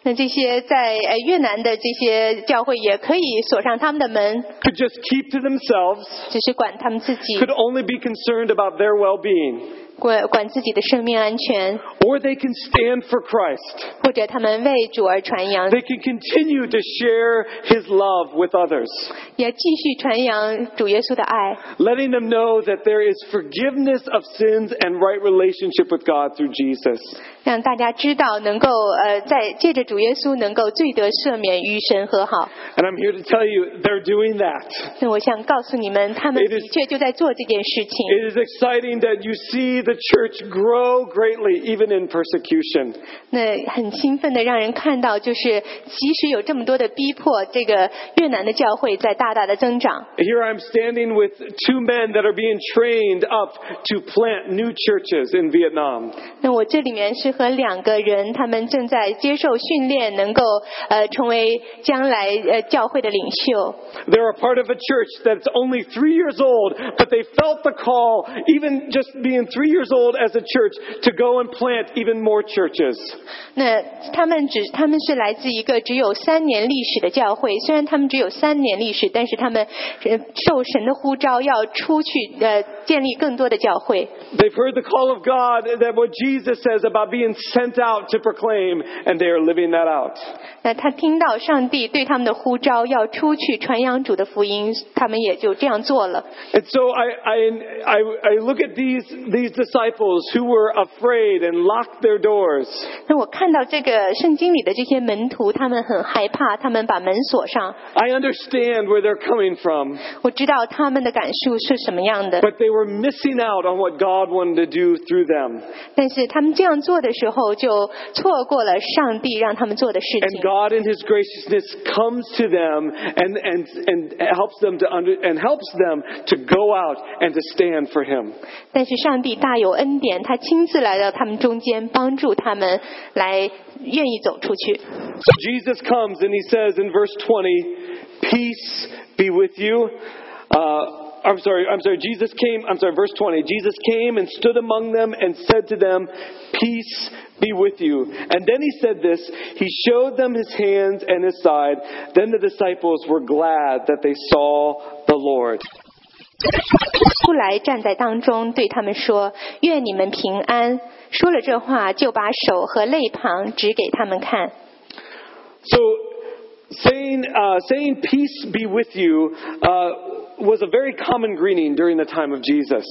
Speaker 3: 那这些在呃越南的这些教会也可以锁上他们的门，
Speaker 2: could just keep to themselves,
Speaker 3: 只是管他们自己，
Speaker 2: could only be concerned about their well-being,
Speaker 3: 管管自己的生命安全，
Speaker 2: or they can stand for Christ.
Speaker 3: 或者他们为主而传扬，
Speaker 2: They can continue to share His love with others,
Speaker 3: 也继续传扬主耶稣的爱。
Speaker 2: letting them know that there is forgiveness of sins and right relationship with God through Jesus.
Speaker 3: 让大家知道，能够呃，在借着主耶稣，能够罪得赦免，与神和好。
Speaker 2: And I'm here to tell you, they're doing that.
Speaker 3: 那我想告诉你们，他们
Speaker 2: It is-
Speaker 3: 的确就在做这件事情。
Speaker 2: It is exciting that you see the church grow greatly, even in persecution.
Speaker 3: 那很兴奋的让人看到，就是即使有这么多的逼迫，这个越南的教会在大大的增长。
Speaker 2: Here I'm standing with two men that are being trained up to plant new churches in Vietnam.
Speaker 3: 那我这里面是和两个人，他们正在接受训练，能够呃成为将来呃教会的领袖。
Speaker 2: They're a part of a church that's only three years old, but they felt the call, even just being three years old as a church, to go and plant even more churches.
Speaker 3: 那他们只他们是来自一个只有三年历史的教会，虽然他们只有三年历史，但是他们呃受神的呼召要出去呃建立更多的教会。
Speaker 2: They've heard the call of God that what Jesus says about being sent out to proclaim, and they are living that out.
Speaker 3: 那他听到上帝对他们的呼召要出去传扬主的福音，他们也就这样做了。
Speaker 2: And so I, I, I, I look at these, these disciples who were afraid and locked their doors.
Speaker 3: 那我看到这个圣经里的这些门徒，他们很害怕，他们把门锁上。
Speaker 2: I understand where they're coming from,
Speaker 3: 我知道他们的感受是什么样的，
Speaker 2: but they were missing out on what God wanted to do through them.
Speaker 3: 但是他们这样做的时候，就错过了上帝让他们做的事情
Speaker 2: And。God in His graciousness comes to them and, and, and helps them to under, and helps them to go out and to stand for Him.
Speaker 3: 但是上帝大有恩典，他亲自来到他们中间，帮助他们来愿意走出去。
Speaker 2: Jesus comes and He says in verse 20, Peace be with you. Uh, I'm sorry, I'm sorry, Jesus came, I'm sorry, verse 20. Jesus came and stood among them and said to them, Peace be with you. And then he said this, he showed them his hands and his side. Then the disciples were glad that they saw the Lord.
Speaker 3: 出来站在当中，对他们说：“愿你们平安。”说了这话，就把手和肋旁指给他们看。
Speaker 2: So, saying, uh, saying peace be with you uh, was a very common greeting during the time of Jesus.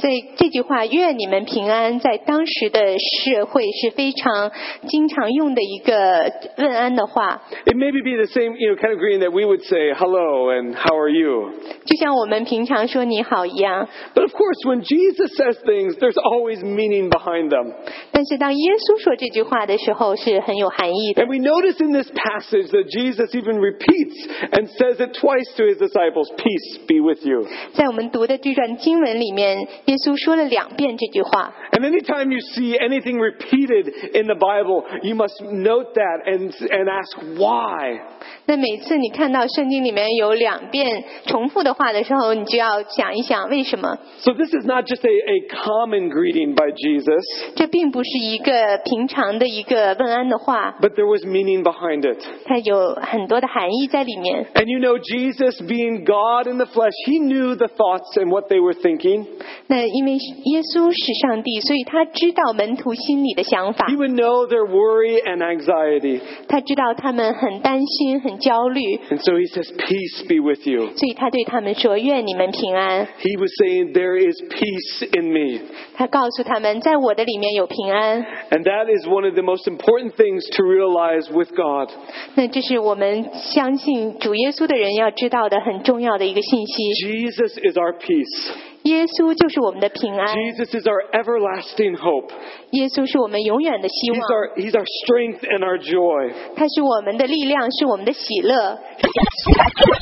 Speaker 3: 这这句话“愿你们平安”在当时的社会是非常经常用的一个问安的话，
Speaker 2: It maybe be the same, you know, kind of greeting that we would say hello and how are you.
Speaker 3: 就像我们平常说“你好”一样。
Speaker 2: But of course, when Jesus says things, there's always meaning behind them.
Speaker 3: 但是当耶稣说这句话的时候，是很有含义的。
Speaker 2: And we notice in this passage that Jesus even repeats and says it twice to his disciples, peace be with you.
Speaker 3: 在我们读的这段经文里面，耶稣说了两遍这句话。
Speaker 2: And anytime you see anything repeated in the Bible, you must note that and, and ask why.
Speaker 3: 那每次你看到圣经里面有两遍重复的话的时候，你就要想一想为什么。
Speaker 2: So this is not just a, a common greeting by Jesus,
Speaker 3: 这并不是一个平常的一个问安的话，
Speaker 2: but there was meaning behind it.
Speaker 3: 它有很多的含义在里面。
Speaker 2: And you know, Jesus being God in the flesh, he knew the thoughts and what they were thinking.
Speaker 3: 那因为耶稣是上帝，所以他知道门徒心里的想法
Speaker 2: He，would know their worry and anxiety.
Speaker 3: 他知道他们很担心、很焦虑，
Speaker 2: And so he says, Peace be with you.
Speaker 3: 所以他对他们说：“愿你们平安。
Speaker 2: He was saying, There is peace in me. ”
Speaker 3: 他告诉他们，在我的里面有平安。
Speaker 2: And that is one of the most important things to realize with God.
Speaker 3: 那这是我们相信主耶稣的人要知道的很重要的一个信息。
Speaker 2: Jesus is our peace.
Speaker 3: 耶稣就是我们的平安，
Speaker 2: Jesus is our everlasting hope.
Speaker 3: 耶稣是我们永远的希
Speaker 2: He's
Speaker 3: 望，
Speaker 2: our, he's our strength and our joy.
Speaker 3: 他是我们的力量，是我们的喜乐，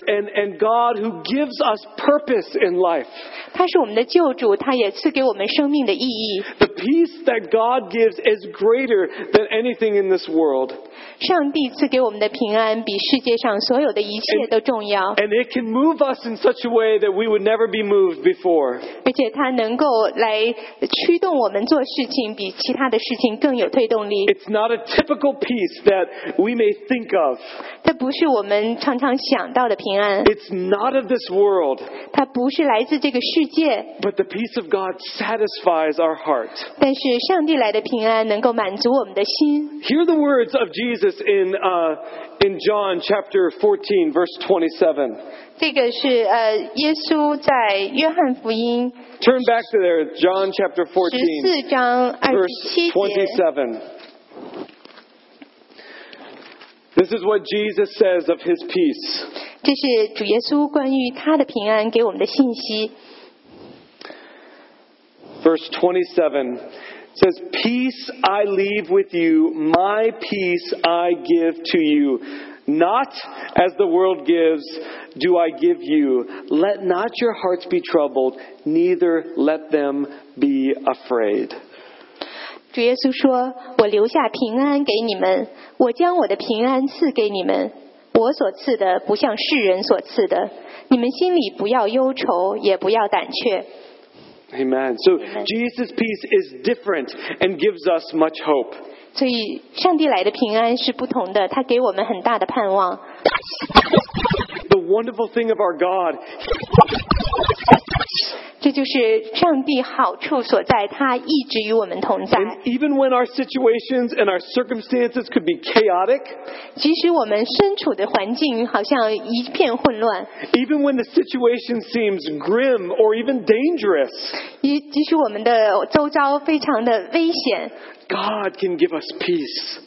Speaker 2: And, and God who gives us purpose in life.
Speaker 3: 他是我们的救主，他也赐给我们生命的意义。
Speaker 2: The peace that God gives is greater than anything in this world.
Speaker 3: 上帝赐给我们的平安比世界上所有的一切都重要，
Speaker 2: And it can move us in such a way that we would never be moved before.
Speaker 3: 而且它能够来驱动我们做事情，比其他的事情更有推动力。
Speaker 2: It's not a typical peace that we may think of.
Speaker 3: 它不是我们常常想到的平安，
Speaker 2: It's not of this world,
Speaker 3: 它不是来自这个世界，
Speaker 2: but the peace of God satisfies our heart.
Speaker 3: 但是上帝来的平安能够满足我们的心。
Speaker 2: Hear the words of Jesus in, uh, in John chapter 14, verse 27.
Speaker 3: 这个是呃，耶稣在约翰福音
Speaker 2: Turn back to there, John chapter
Speaker 3: 十
Speaker 2: 14,
Speaker 3: 四章二十
Speaker 2: verse
Speaker 3: 七节。
Speaker 2: 27. This is what Jesus says of his peace.
Speaker 3: 这是主耶稣关于他的平安给我们的信息。
Speaker 2: Verse 27 says, Peace I leave with you, my peace I give to you. Not as the world gives, do I give you. Let not your hearts be troubled, neither let them be afraid.
Speaker 3: 主耶稣说：“我留下平安给你们，我将我的平安赐给你们。我所赐的不像世人所赐的。你们心里不要忧愁，也不要胆怯。
Speaker 2: Amen. So
Speaker 3: Amen.
Speaker 2: Jesus' peace is different and gives us much hope.
Speaker 3: 所以，上帝来的平安是不同的，他给我们很大的盼望。
Speaker 2: The wonderful thing of our God,
Speaker 3: 这就是上帝好处所在，他一直与我们同在。
Speaker 2: and even when our situations and our circumstances could be chaotic,
Speaker 3: 即使我们身处的环境好像一片混乱，
Speaker 2: Even when the situation seems grim or even dangerous,
Speaker 3: 也即使我们的周遭非常的危险，
Speaker 2: God can give us peace.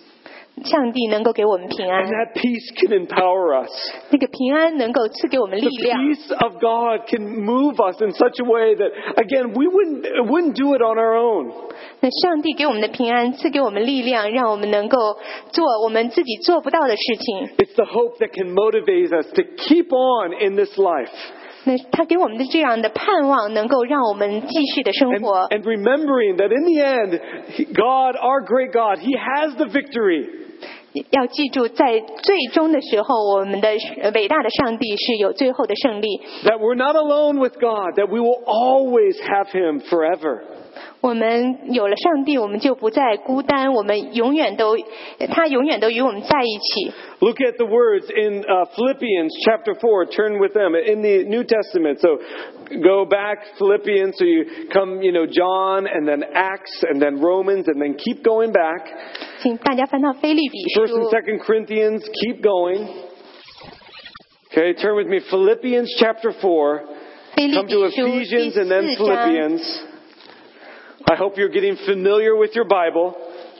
Speaker 3: 上帝能够给我们平安
Speaker 2: And。that peace can empower us.
Speaker 3: 那个平安能够赐给我们力
Speaker 2: The
Speaker 3: 量，
Speaker 2: peace of God can move us in such a way that, again, we wouldn't, wouldn't do it on our own.
Speaker 3: 那上帝给我们的平安赐给我们力量，让我们能够做我们自己做不到的事情。
Speaker 2: It's the hope that can motivate us to keep on in this life.
Speaker 3: 那他给我们的这样的盼望，能够让我们继续的生
Speaker 2: And,
Speaker 3: 活。
Speaker 2: and remembering that in the end, He- God, our great God, He has the victory.
Speaker 3: 要记住，在最终的时候，我们的呃伟大的上帝是有最后的胜利。
Speaker 2: That we're not alone with God, that we will always have Him forever.
Speaker 3: 我们有了上帝，我们就不再孤单，我们永远都，他永远都与我们在一起。
Speaker 2: Look at the words in uh, Philippians chapter 4. Turn with them in the New Testament. So go back Philippians. So you come, you know, John and then Acts and then Romans and then keep going back.
Speaker 3: 请大家翻到《菲利比
Speaker 2: First
Speaker 3: 书
Speaker 2: and》Second Corinthians. Keep going. Okay, turn with me. Philippians chapter 4.
Speaker 3: 《菲利
Speaker 2: Come to
Speaker 3: 比书》
Speaker 2: Ephesians and then
Speaker 3: 第四章
Speaker 2: Philippians. I hope you're getting familiar with your Bible.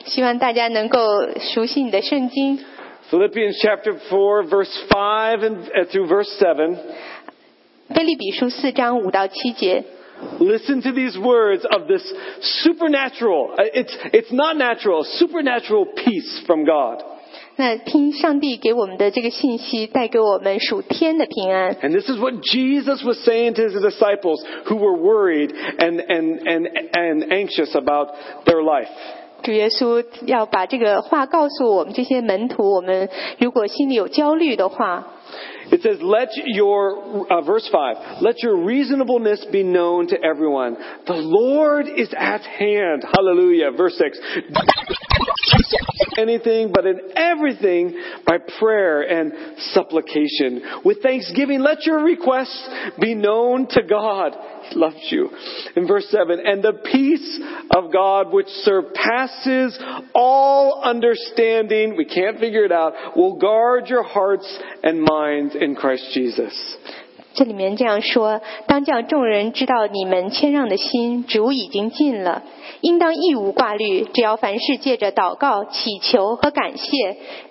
Speaker 3: 希望大家能够熟悉你的圣经。
Speaker 2: Philippians chapter 4, verse 5 and, uh, through verse 7.
Speaker 3: 菲利比书四章五到七节，
Speaker 2: Listen to these words of this supernatural, uh, it's, it's not natural, supernatural peace from God.
Speaker 3: 那听上帝给我们的这个信息，带给我们属天的平安。
Speaker 2: And this is what Jesus was saying to his disciples who were worried and, and, and, and anxious about their life.
Speaker 3: 主耶稣要把这个话告诉我们这些门徒，我们如果心里有焦虑的话，
Speaker 2: It says, let your, uh, verse 5, let your reasonableness be known to everyone. The Lord is at hand. Hallelujah. Verse 6. Anything but in everything by prayer and supplication. With thanksgiving, let your requests be known to God. He loves you. In verse 7, and the peace of God which surpasses all understanding, we can't figure it out, will guard your hearts and minds in Christ Jesus.
Speaker 3: 这里面这样说：当叫众人知道你们谦让的心，主已经尽了，应当一无挂虑，只要凡事借着祷告、祈求和感谢，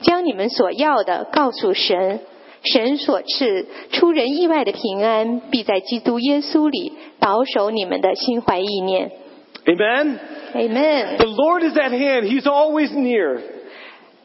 Speaker 3: 将你们所要的告诉神。神所赐出人意外的平安，必在基督耶稣里保守你们的心怀意念。
Speaker 2: Amen?
Speaker 3: Amen。
Speaker 2: The Lord is at hand. He's always near.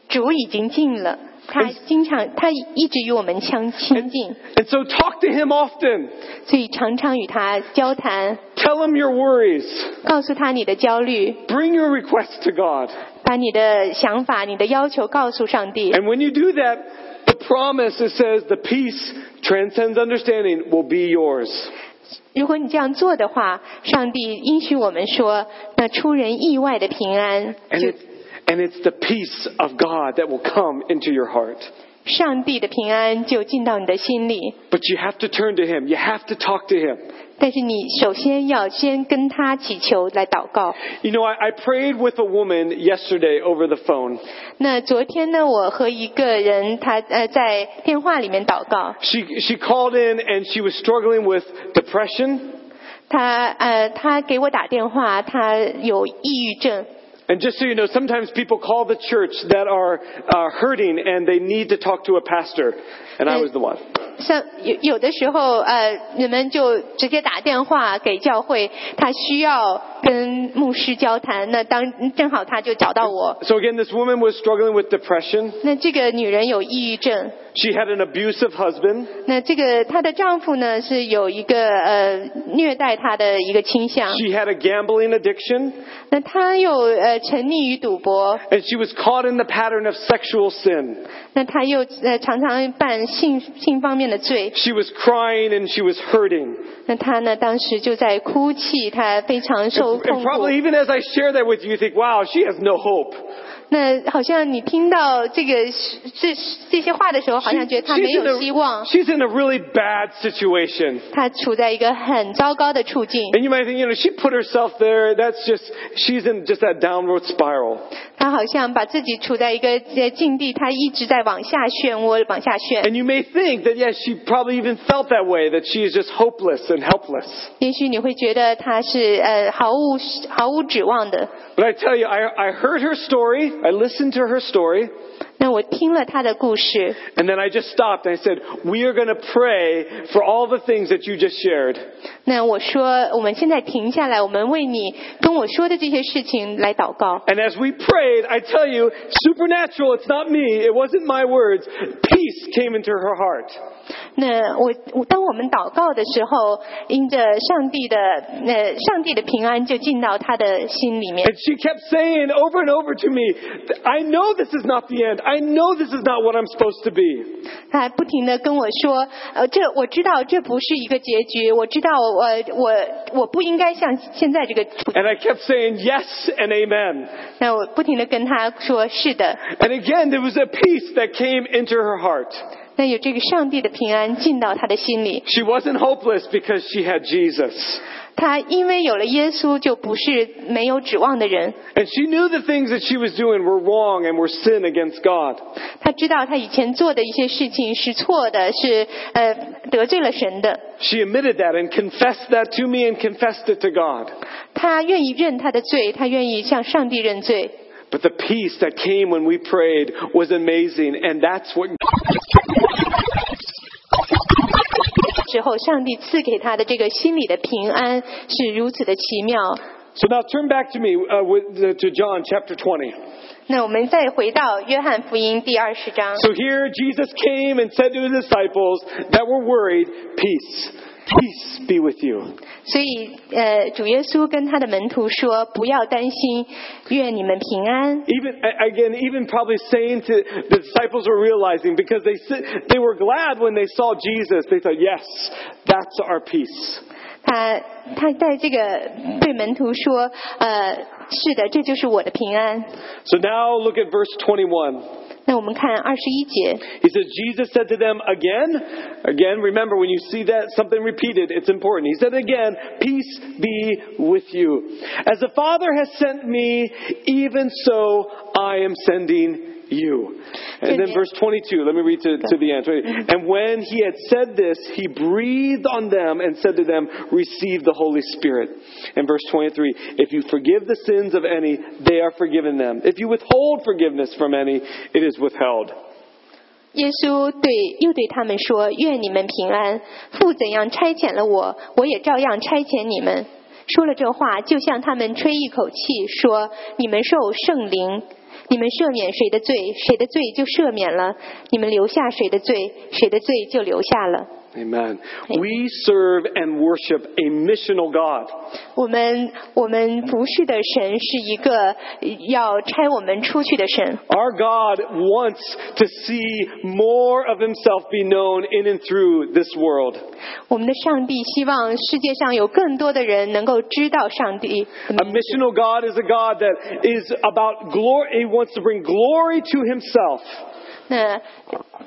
Speaker 3: 主已经近了，他经常他一直与我们相亲近，
Speaker 2: And so talk to Him often.
Speaker 3: 所以常常与他交谈，
Speaker 2: Tell Him your worries.
Speaker 3: 告诉他你的焦虑，
Speaker 2: Bring your requests to God.
Speaker 3: 把你的想法、你的要求告诉上帝。
Speaker 2: And when you do that, the promise, it says, the peace transcends understanding will be yours.
Speaker 3: 如果你这样做的话，上帝应许我们说，那出人意外的平安，
Speaker 2: And
Speaker 3: 就
Speaker 2: it's, and it's the peace of God that will come into your heart.
Speaker 3: 上帝的平安就进到你的心里。
Speaker 2: But you have to turn to Him. You have to talk to Him.
Speaker 3: 但是你首先要先跟他祈求来祷告。
Speaker 2: You know, I, I prayed with a woman yesterday over the phone.
Speaker 3: 那昨天呢，我和一个人他呃在电话里面祷告，
Speaker 2: She, she called in and she was struggling with depression.
Speaker 3: 他呃，他给我打电话，他有抑郁症。
Speaker 2: And just so you know, sometimes people call the church that are uh, hurting and they need to talk to a pastor. And I was the one.
Speaker 3: 像有有的时候，呃，人们就直接打电话给教会，他需要跟牧师交谈。那当正好他就找到我。
Speaker 2: So again, this woman was struggling with depression.
Speaker 3: 那这个女人有抑郁症，
Speaker 2: She had an abusive husband.
Speaker 3: 那这个她的丈夫呢是有一个呃虐待她的一个倾向，
Speaker 2: She had a gambling addiction.
Speaker 3: 那她又呃沉溺于赌博，
Speaker 2: And she was caught in the pattern of sexual sin.
Speaker 3: 那她又呃常常犯性性方面的罪，
Speaker 2: She was crying and she was hurting.
Speaker 3: 那他呢，当时就在哭泣，他非常受
Speaker 2: And
Speaker 3: 痛
Speaker 2: probably
Speaker 3: 苦。
Speaker 2: even as I share that with you, you think, wow, she has no hope.
Speaker 3: 那好像你听到这个这这些话的时候，好
Speaker 2: She-
Speaker 3: 像觉得他没
Speaker 2: she's, in
Speaker 3: 有希
Speaker 2: a,
Speaker 3: 望，
Speaker 2: she's in a really bad situation.
Speaker 3: 他处在一个很糟糕的处境。
Speaker 2: And you might think, you know, she put herself there. That's just, she's in just that downward spiral.
Speaker 3: 他好像把自己处在一个呃境地，他一直在往下漩涡，往下旋。
Speaker 2: And you may think that, yes, she probably even felt that way, that she is just hopeless and helpless.
Speaker 3: 也许你会觉得他是呃毫无毫无指望的。
Speaker 2: But I tell you, I, I heard her story. I listened to her story.
Speaker 3: 那我听了他的故事，
Speaker 2: And then I just stopped and I said, we are going to pray for all the things that you just shared.
Speaker 3: 那我说我们现在停下来，我们为你跟我说的这些事情来祷告。
Speaker 2: And as we prayed, I tell you, supernatural, it's not me, it wasn't my words. Peace came into her heart.
Speaker 3: 那我我当我们祷告的时候，因着上帝的呃上帝的平安就进到他的心里面
Speaker 2: And。she kept saying over and over to me, I know this is not the end. I know this is not what I'm supposed to be.
Speaker 3: 他还不停的跟我说，呃，这我知道这不是一个结局，我知道我我我不应该像现在这个处境。
Speaker 2: And I kept saying yes and amen.
Speaker 3: 那我不停的跟他说是的，
Speaker 2: And again, there was a peace that came into her heart.
Speaker 3: 那有这个上帝的平安进到他的心里。
Speaker 2: She wasn't hopeless because she had Jesus.
Speaker 3: 他因为有了耶稣，就不是没有指望的人。
Speaker 2: And she knew the things that she was doing were wrong and were sin against God.
Speaker 3: 他知道他以前做的一些事情是错的，是呃得罪了神的。
Speaker 2: She admitted that and confessed that to me and confessed it to God.
Speaker 3: 他愿意认他的罪，他愿意向上帝认罪。
Speaker 2: But the peace that came when we prayed was amazing, and that's what
Speaker 3: 之后，上帝赐给他的这个心里的平安是如此的奇妙。
Speaker 2: So now turn back to me uh, with, uh, to John chapter 20.
Speaker 3: 那我们再回到约翰福音第二十章，
Speaker 2: So here Jesus came and said to his disciples that were worried, "Peace, peace be with you."
Speaker 3: 所以呃，主耶稣跟他的门徒说：“不要担心，愿你们平安。
Speaker 2: Even a- again, even probably saying to the disciples were realizing because they si- they were glad when they saw Jesus. They thought, "Yes, that's our peace."
Speaker 3: 他”他在这个对门徒说：“呃，是的，这就是我的平安。
Speaker 2: So now look at verse 21. ”
Speaker 3: 那我们看二十一节，
Speaker 2: He says, Jesus said to them again, again, remember when you see that something repeated, it's important. He said again, peace be with you. As the Father has sent me, even so I am sending you. And then verse 22, let me read to, to the end. 22. And when he had said this, he breathed on them and said to them, receive the Holy Spirit. And verse 23, if you forgive the sins of any, they are forgiven them. If you withhold forgiveness from any, it is withheld.
Speaker 3: 耶稣对又对他们说：“愿你们平安！父怎样差遣了我，我也照样差遣你们。”说了这话，就向他们吹一口气，说：“你们受圣灵，你们赦免谁的罪，谁的罪就赦免了；你们留下谁的罪，谁的罪就留下了。
Speaker 2: Amen.
Speaker 3: Amen.
Speaker 2: We serve and worship a missional God. ”
Speaker 3: 我们我们服侍的神是一个呃要差我们出去的神，
Speaker 2: Our God wants to see more of Himself be known in and through this world.
Speaker 3: 我们的上帝希望世界上有更多的人能够知道上帝。
Speaker 2: A missional God is a God that is about glory. He wants to bring glory to Himself.
Speaker 3: 那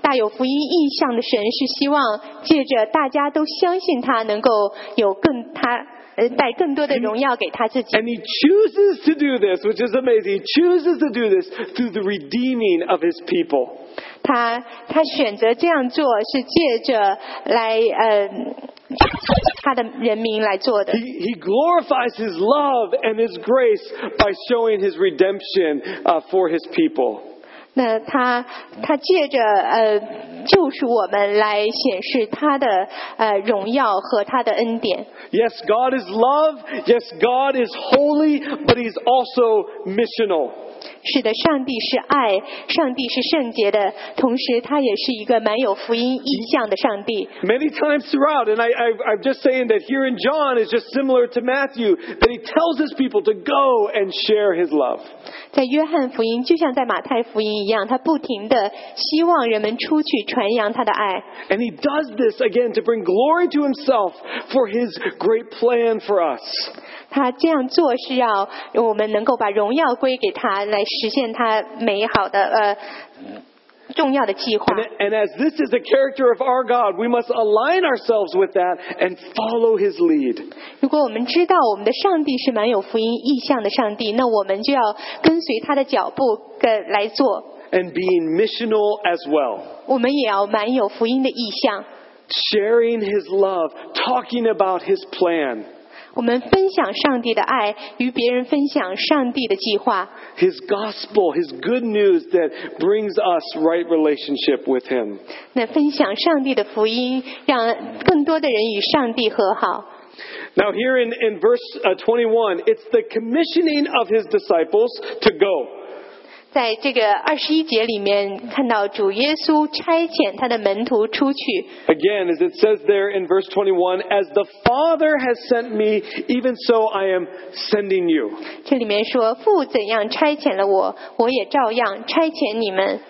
Speaker 3: 大有福音意向的神是希望借着大家都相信他，能够有更他呃带更多的荣耀给他自己。
Speaker 2: And He chooses to do this, which is amazing. He chooses to do this through the redeeming of His people.
Speaker 3: 他他选择这样做是借着来呃他的人民来做的
Speaker 2: He,。he glorifies His love and His grace by showing His redemption uh, for His people.
Speaker 3: 那他他借着呃救赎我们来显示他的呃荣耀和他的恩典。
Speaker 2: Yes, God is love. Yes, God is holy, but He's also missional.
Speaker 3: 是的，上帝是爱，上帝是圣洁的，同时他也是一个满有福音意象的上帝。
Speaker 2: Many times throughout, and I, I, I'm just saying that here in John is just similar to Matthew, that He tells His people to go and share His love.
Speaker 3: 在约翰福音，就像在马太福音一样，他不停的希望人们出去传扬他的爱。
Speaker 2: And He does this again to bring glory to Himself for His great plan for us.
Speaker 3: 他这样做是要我们能够把荣耀归给他，来实现他美好的呃重要的计划。
Speaker 2: And, and as this is the character of our God, we must align ourselves with that and follow His lead.
Speaker 3: 如果我们知道我们的上帝是满有福音意象的上帝，那我们就要跟随他的脚步跟来做。
Speaker 2: And being missional as well.
Speaker 3: 我们也要满有福音的意象。
Speaker 2: sharing his love, talking about his plan,
Speaker 3: 我们分享上帝的爱，与别人分享上帝的计划。
Speaker 2: his gospel, his good news that brings us right relationship with him.
Speaker 3: 那分享上帝的福音，让更多的人与上帝和好。
Speaker 2: Now, here in, in verse uh, 21, it's the commissioning of his disciples to go.
Speaker 3: 在这个二十一节里面，看到主耶稣差遣他的门徒出去。
Speaker 2: Again, as it says there in verse 21, as the Father has sent me, even so I am sending you.
Speaker 3: 这里面说：“父怎样差遣了我，我也照样差遣你们。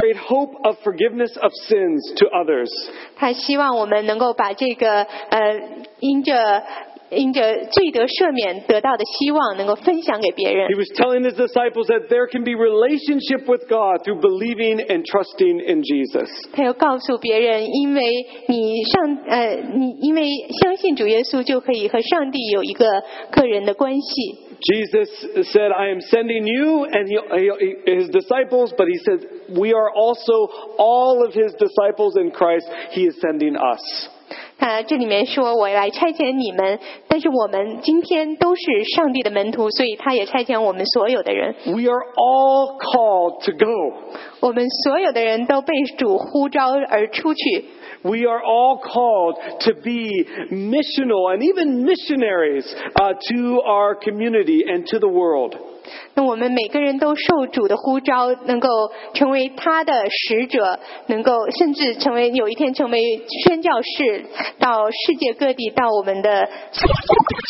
Speaker 2: Great hope of forgiveness of sins to others. ”
Speaker 3: 他希望我们能够把这个呃，因着因着罪得赦免得到的希望，能够分享给别人
Speaker 2: He。was telling his disciples that there can be relationship with God through believing and trusting in Jesus.
Speaker 3: 他要告诉别人，因为你上呃，你因为相信主耶稣，就可以和上帝有一个个人的关系。
Speaker 2: Jesus said, I am sending you and he, he- his disciples, but he said, we are also all of his disciples in Christ. He is sending us.
Speaker 3: 啊，这里面说我来差遣你们，但是我们今天都是上帝的门徒，所以他也差遣我们所有的人。
Speaker 2: We are all called to go.
Speaker 3: 我们所有的人都被主呼召而出去，
Speaker 2: We are all called to be missional and even missionaries uh, to our community and to the world.
Speaker 3: 那我们每个人都受主的呼召，能够成为他的使者，能够甚至成为有一天成为宣教士，到世界各地，到我们的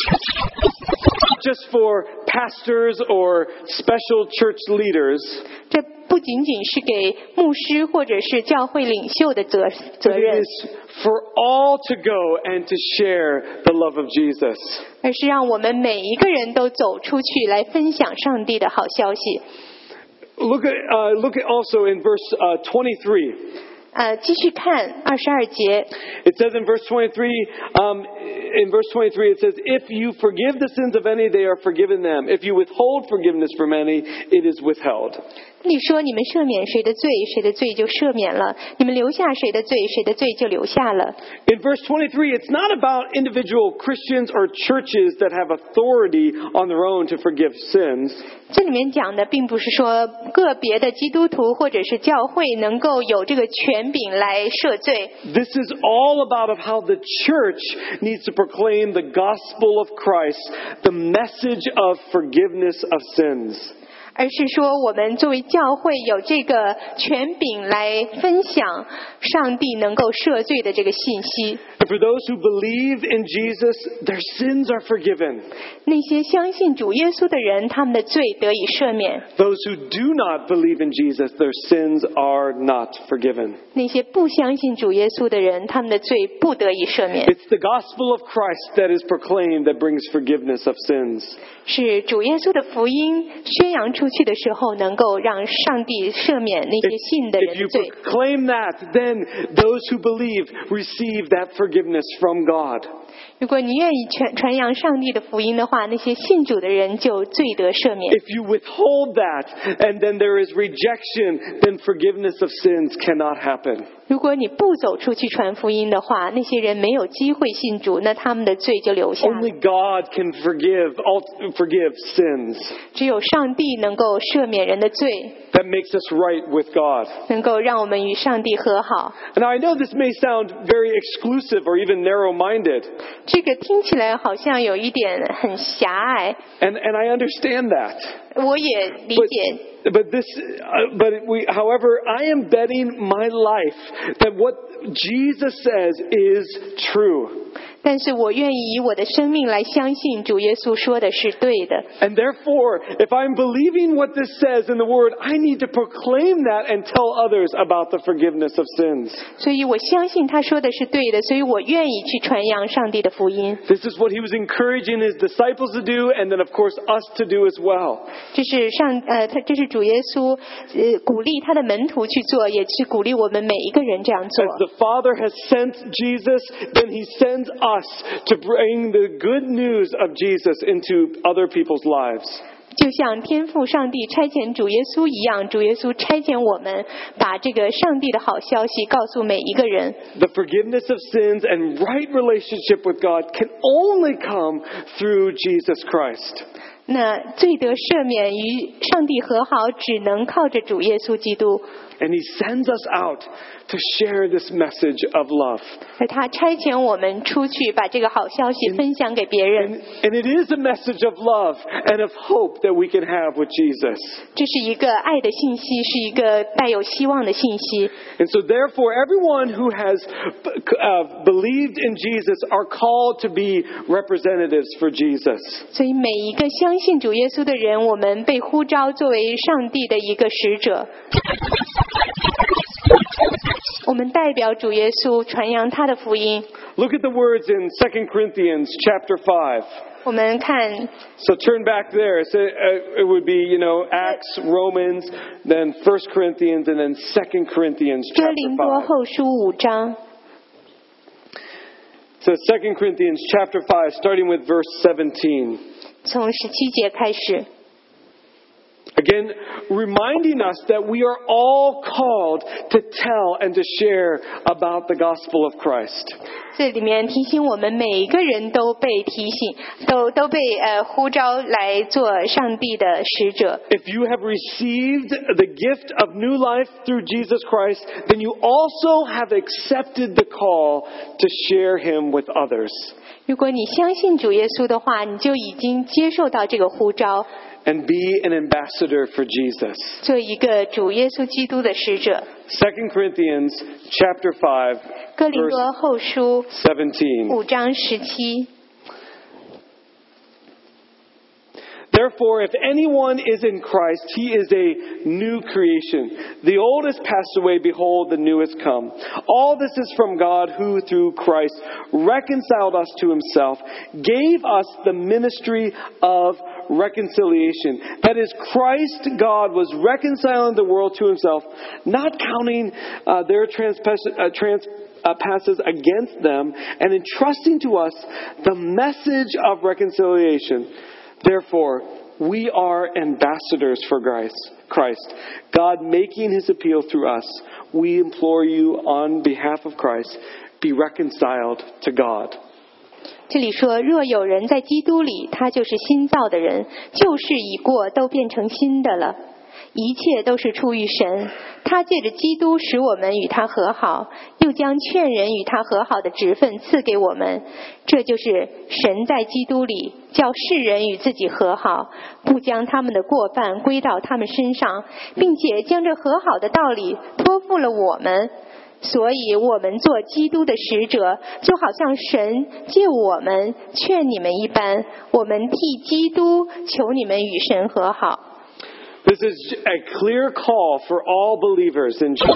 Speaker 2: Not just for pastors or special church leaders,
Speaker 3: 这不仅仅是给牧师或者是教会领袖的责责
Speaker 2: but
Speaker 3: 任
Speaker 2: it，is for all to go and to share the love of Jesus.
Speaker 3: 而是让我们每一个人都走出去来分享上帝的好消息。
Speaker 2: Look at, uh, look at also in verse uh, 23.
Speaker 3: 呃，继续看二十二节，
Speaker 2: It says in verse 23, um, in verse 23, it says, If you forgive the sins of any, they are forgiven them. If you withhold forgiveness from any, it is withheld.
Speaker 3: 你说你们赦免谁的罪，谁的罪就赦免了；你们留下谁的罪，谁的罪就留下了。
Speaker 2: In verse 23, it's not about individual Christians or churches that have authority on their own to forgive sins.
Speaker 3: 这里面讲的并不是说个别的基督徒或者是教会能够有这个权柄来赦罪，
Speaker 2: This is all about of how the church needs to proclaim the gospel of Christ, the message of forgiveness of sins.
Speaker 3: 而是说我们作为教会有这个权柄来分享上帝能够赦罪的这个信息。
Speaker 2: And for those who believe in Jesus, their sins are forgiven.
Speaker 3: 那些相信主耶稣的人，他们的罪得以赦免；
Speaker 2: Those who do not believe in Jesus, their sins are not forgiven.
Speaker 3: 那些不相信主耶稣的人，他们的罪不得以赦免。
Speaker 2: It's the gospel of Christ that is proclaimed that brings forgiveness of sins.
Speaker 3: 是主耶稣的福音宣扬出去的时候，能够让上帝赦免那些
Speaker 2: If,
Speaker 3: 信的
Speaker 2: if
Speaker 3: 人的
Speaker 2: you
Speaker 3: 罪。
Speaker 2: proclaim that, then those who believe receive that forgiveness from God.
Speaker 3: 如果你愿意传传扬上帝的福音的话，那些信主的人就罪得赦免。
Speaker 2: If you withhold that and then there is rejection, then forgiveness of sins cannot happen.
Speaker 3: 如果你不走出去传福音的话，那些人没有机会信主，那他们的罪就留下了
Speaker 2: Only God can forgive, all, forgive sins.
Speaker 3: 只有上帝能够赦免人的罪，
Speaker 2: that makes us right with God.
Speaker 3: 能够让我们与上帝和好。
Speaker 2: Now, I know this may sound very exclusive or even narrow minded,
Speaker 3: 这个听起来好像有一点很狭隘，
Speaker 2: and, and I understand that.
Speaker 3: 我也理解。
Speaker 2: But, but this, uh, but we, however, I am betting my life that what Jesus says is true.
Speaker 3: 但是我愿意以我的生命来相信主耶稣说的是对的。
Speaker 2: And therefore, if I'm believing what this says in the Word, I need to proclaim that and tell others about the forgiveness of sins.
Speaker 3: 所以我相信他说的是对的，所以我愿意去传扬上帝的福音。
Speaker 2: This is what he was encouraging his disciples to do, and then, of course, us to do as well.
Speaker 3: 这是上呃，他这是主耶稣呃鼓励他的门徒去做，也是鼓励我们每一个人这样做
Speaker 2: As。the Father has sent Jesus, then He sends us to bring the good news of Jesus into other people's lives.
Speaker 3: 就像天父上帝差遣主耶稣一样，主耶稣差遣我们把这个上帝的好消息告诉每一个人。
Speaker 2: The forgiveness of sins and right relationship with God can only come through Jesus Christ.
Speaker 3: 那罪得赦免与上帝和好，只能靠着主耶稣基督。
Speaker 2: And He sends us out to share this message of love.
Speaker 3: 而他差遣我们出去，把这个好消息分享给别
Speaker 2: And,
Speaker 3: 人。
Speaker 2: and it is a message of love and of hope that we can have with Jesus.
Speaker 3: 这是一个爱的信息，是一个带有希望的信息。
Speaker 2: And so, therefore, everyone who has uh, believed in Jesus are called to be representatives for Jesus.
Speaker 3: 所以，每一个相信主耶稣的人，我们被呼召作为上帝的一个使者。我们代表主耶稣传扬他的福音。
Speaker 2: Look at the words in 2 Corinthians chapter 5.
Speaker 3: 我们看
Speaker 2: So turn back there. So, uh, it would be, you know, Acts, Romans, then 1 Corinthians, and then 2 Corinthians
Speaker 3: 哥
Speaker 2: chapter
Speaker 3: 林多
Speaker 2: 5.
Speaker 3: 后书五章，
Speaker 2: So 2 Corinthians chapter 5, starting with verse 17.
Speaker 3: 从十七节开始。
Speaker 2: Again, reminding us that we are all called to tell and to share about the gospel of Christ.
Speaker 3: 这里面提醒我们每一个人都被提醒，都都被呃呼召来做上帝的使者。
Speaker 2: If you have received the gift of new life through Jesus Christ, then you also have accepted the call to share him with others.
Speaker 3: 如果你相信主耶稣的话，你就已经接受到这个呼召，
Speaker 2: and be an ambassador for Jesus.
Speaker 3: 做一个主耶稣基督的使者。
Speaker 2: Second Corinthians chapter 5,
Speaker 3: 哥林
Speaker 2: verse
Speaker 3: 多后书
Speaker 2: 17.
Speaker 3: 五章十七。
Speaker 2: Therefore, if anyone is in Christ, he is a new creation. The old has passed away, behold, the new has come. All this is from God who, through Christ, reconciled us to himself, gave us the ministry of reconciliation. That is, Christ God was reconciling the world to himself, not counting uh, their transgressions. Uh, trans- uh, passes against them and entrusting to us the message of reconciliation. Therefore, we are ambassadors for Christ, Christ, God making his appeal through us. We implore you on behalf of Christ, be reconciled to God.
Speaker 3: 这里说，若有人在基督里，他就是新造的人，旧事已过，都变成新的了。一切都是出于神，他借着基督使我们与他和好，又将劝人与他和好的职分赐给我们。这就是神在基督里叫世人与自己和好，不将他们的过犯归到他们身上，并且将这和好的道理托付了我们。所以我们做基督的使者，就好像神借我们劝你们一般，我们替基督求你们与神和好。
Speaker 2: This is a clear call for all believers in Jesus.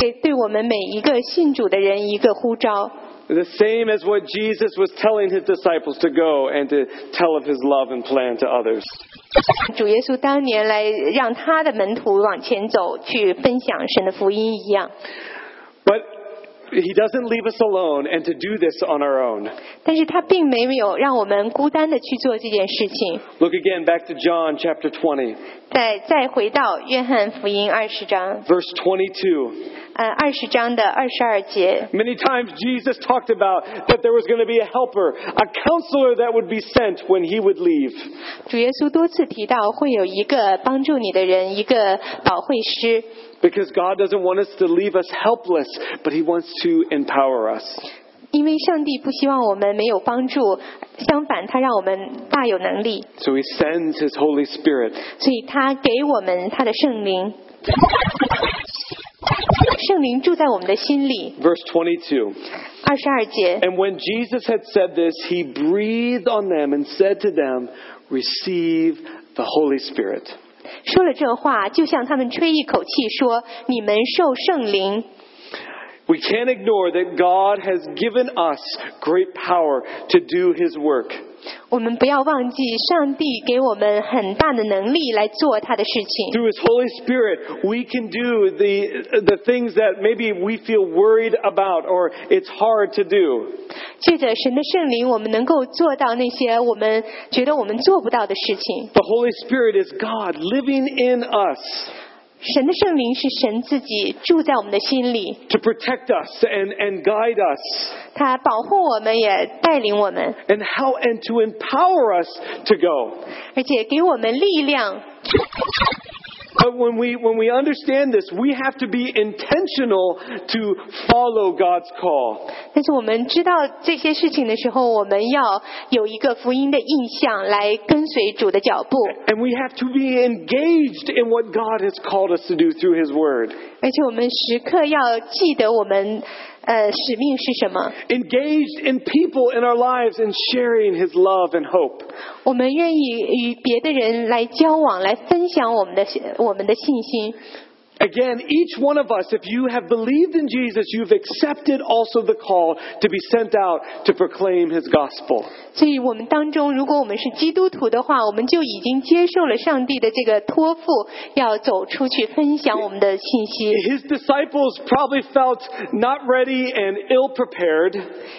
Speaker 3: 给对我们每一个信主的人一个呼召，
Speaker 2: The same as what Jesus was telling his disciples to go and to tell of his love and plan to others.
Speaker 3: 主耶稣当年来让他的门徒往前走，去分享神的福音一样。
Speaker 2: But he doesn't leave us alone and to do this on our own.
Speaker 3: 但是他并没有让我们孤单的去做这件事情。
Speaker 2: Look again back to John chapter 20,
Speaker 3: 再再回到约翰福音二十章，
Speaker 2: verse 22.
Speaker 3: 呃，二十章的二十二节，
Speaker 2: Many times Jesus talked about that there was going to be a helper, a counselor that would be sent when he would leave.
Speaker 3: 主耶稣多次提到会有一个帮助你的人，一个保惠师。
Speaker 2: Because God doesn't want us to leave us helpless, but he wants to empower us.
Speaker 3: 因为上帝不希望我们没有帮助，相反，他让我们大有能力，
Speaker 2: So he sends his Holy Spirit.
Speaker 3: 所以他给我们他的圣灵，圣灵住在我们的心里。
Speaker 2: Verse 22.
Speaker 3: 二十二节，
Speaker 2: And when Jesus had said this, he breathed on them and said to them, Receive the Holy Spirit.
Speaker 3: 说了这话，就向他们吹一口气，说：“你们受圣灵。
Speaker 2: We can't ignore that God has given us great power to do His work. ”
Speaker 3: 我们不要忘记，上帝给我们很大的能力来做他的事情。
Speaker 2: Through His Holy Spirit, we can do the, the things that maybe we feel worried about or it's hard to do.
Speaker 3: 借着神的圣灵，我们能够做到那些我们觉得我们做不到的事情。
Speaker 2: The Holy Spirit is God living in us
Speaker 3: 神的圣灵是神自己住在我们的心里，
Speaker 2: to protect us and, and guide us
Speaker 3: 他保护我们，也带领我们，
Speaker 2: and how and to empower us to go.
Speaker 3: 而且给我们力量。
Speaker 2: But when we, when we understand this, we have to be intentional to follow God's call.
Speaker 3: 但是我们知道这些事情的时候，我们要有一个福音的印象来跟随主的脚步，
Speaker 2: And we have to be engaged in what God has called us to do through His Word.
Speaker 3: 而且我们时刻要记得我们呃使命是什么。
Speaker 2: Engaged in people in our lives and sharing His love and hope.
Speaker 3: 我们愿意与别的人来交往，来分享我们的我们的信心。
Speaker 2: Again, each one of us, if you have believed in Jesus, you've accepted also the call to be sent out to proclaim his gospel.
Speaker 3: 所以我们当中，如果我们是基督徒的话，我们就已经接受了上帝的这个托付，要走出去分享我们的信息。
Speaker 2: His disciples probably felt not ready and ill prepared,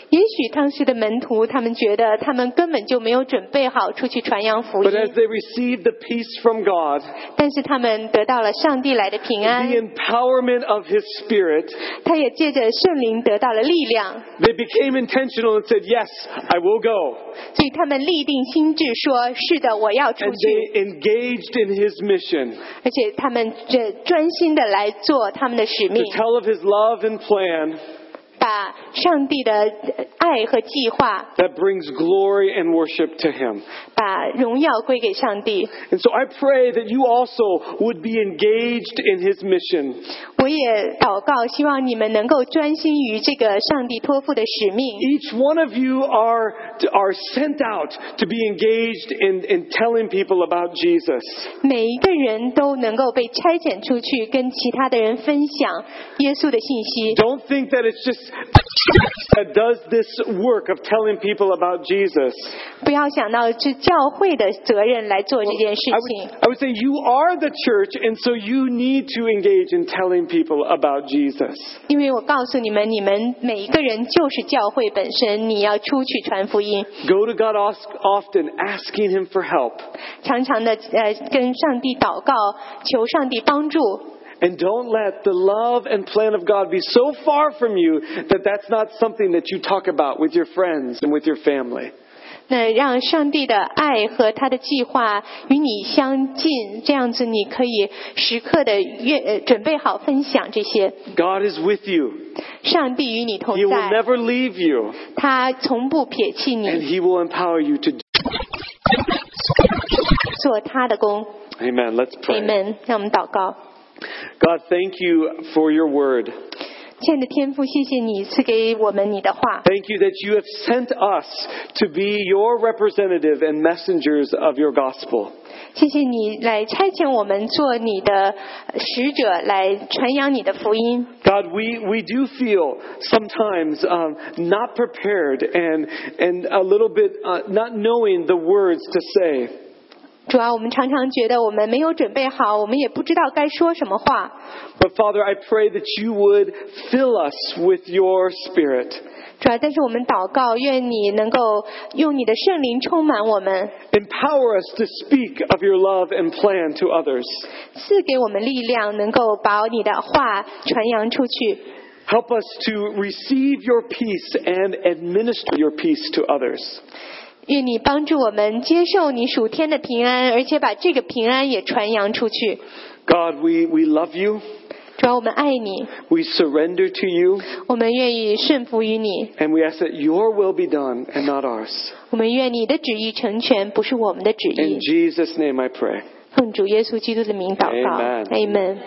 Speaker 3: 也许当时的门徒他们觉得他们根本就没有准备好出去传扬福音
Speaker 2: but as，they received the peace from God,
Speaker 3: 但是他们得到了上帝来的平
Speaker 2: the
Speaker 3: 安，
Speaker 2: empowerment of His Spirit,
Speaker 3: 他也借着圣灵得到了力量，
Speaker 2: they became intentional and said, Yes, I will go.
Speaker 3: 所以他们立定心志说：“是的，我要出
Speaker 2: And
Speaker 3: 去。
Speaker 2: they engaged in His mission ”
Speaker 3: 而且他们这专心的来做他们的使命
Speaker 2: to，tell of His love and plan
Speaker 3: 把上帝的呃爱和计划，
Speaker 2: that brings glory and worship to Him.
Speaker 3: 把荣耀归给上帝。
Speaker 2: And so I pray that you also would be engaged in His mission.
Speaker 3: 我也祷告，希望你们能够专心于这个上帝托付的使命。
Speaker 2: Each one of you are, are sent out to be engaged in, in telling people about Jesus.
Speaker 3: 每一个人都能够被差遣出去，跟其他的人分享耶稣的信息。
Speaker 2: Don't think that it's just that does this work of telling people about Jesus.
Speaker 3: 不要想到是教会的责任来做这件事
Speaker 2: I
Speaker 3: 情
Speaker 2: would,。I would say you are the church, and so you need to engage in telling people about Jesus.
Speaker 3: 因为我告诉你们，你们每一个人就是教会本身，你要出去传福音，
Speaker 2: Go to God os- often, asking Him for help.
Speaker 3: 常常的呃跟上帝祷告，求上帝帮助，
Speaker 2: And don't let the love and plan of God be so far from you that that's not something that you talk about with your friends and with your family.
Speaker 3: 那让上帝的爱和他的计划与你相近，这样子你可以时刻的愿呃准备好分享这些。
Speaker 2: God is with you.
Speaker 3: 上帝与你同
Speaker 2: He will
Speaker 3: 在，
Speaker 2: never leave you,
Speaker 3: 他从不撇弃
Speaker 2: and He
Speaker 3: 你，
Speaker 2: will empower you to do.
Speaker 3: 做他的工。
Speaker 2: Amen. Let's pray.
Speaker 3: Amen。让我们祷告。
Speaker 2: God, thank you for your word.
Speaker 3: 亲爱的天父，谢谢你赐给我们你的话，
Speaker 2: Thank you that you have sent us to be your representative and messengers of your gospel.
Speaker 3: 谢谢你来差遣我们做你的呃使者，来传扬你的福音。
Speaker 2: God, we, we do feel sometimes um, not prepared and, and a little bit uh, not knowing the words to say.
Speaker 3: 主啊，我们常常觉得我们没有准备好，我们也不知道该说什么话。
Speaker 2: But Father, I pray that you would fill us with your Spirit.
Speaker 3: 主啊，但是我们祷告，愿你能够用你的圣灵充满我们，
Speaker 2: Empower us to speak of your love and plan to others.
Speaker 3: 赐给我们力量，能够把你的话传扬出去。
Speaker 2: Help us to receive your peace and administer your peace to others.
Speaker 3: 愿你帮助我们接受你属天的平安，而且把这个平安也传扬出去。
Speaker 2: God, we, we love you.
Speaker 3: 主啊，我们爱你，
Speaker 2: We surrender to you.
Speaker 3: 我们愿意顺服于你。
Speaker 2: And we ask that your will be done and not ours.
Speaker 3: 我们愿你的旨意成全，不是我们的旨
Speaker 2: In
Speaker 3: 意。
Speaker 2: Jesus' name I pray.
Speaker 3: 奉主耶稣基督的名祷告
Speaker 2: Amen
Speaker 3: ，Amen。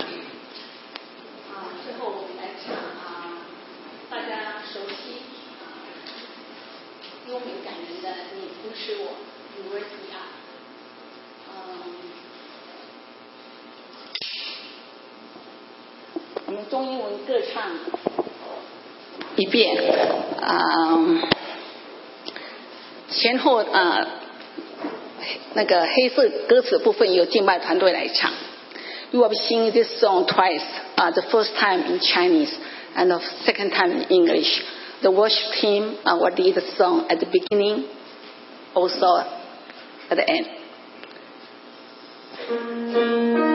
Speaker 4: 啊，最后我们来唱啊，大家熟悉啊，优美感人的《你不是我》，You were the I。嗯，我们中英文各唱一遍啊、前后啊、那个黑色歌词部分由敬拜团队来唱。You have sing this song twice, uh, the first time in Chinese and the second time in English. The worship team uh, will lead the song at the beginning, also at the end.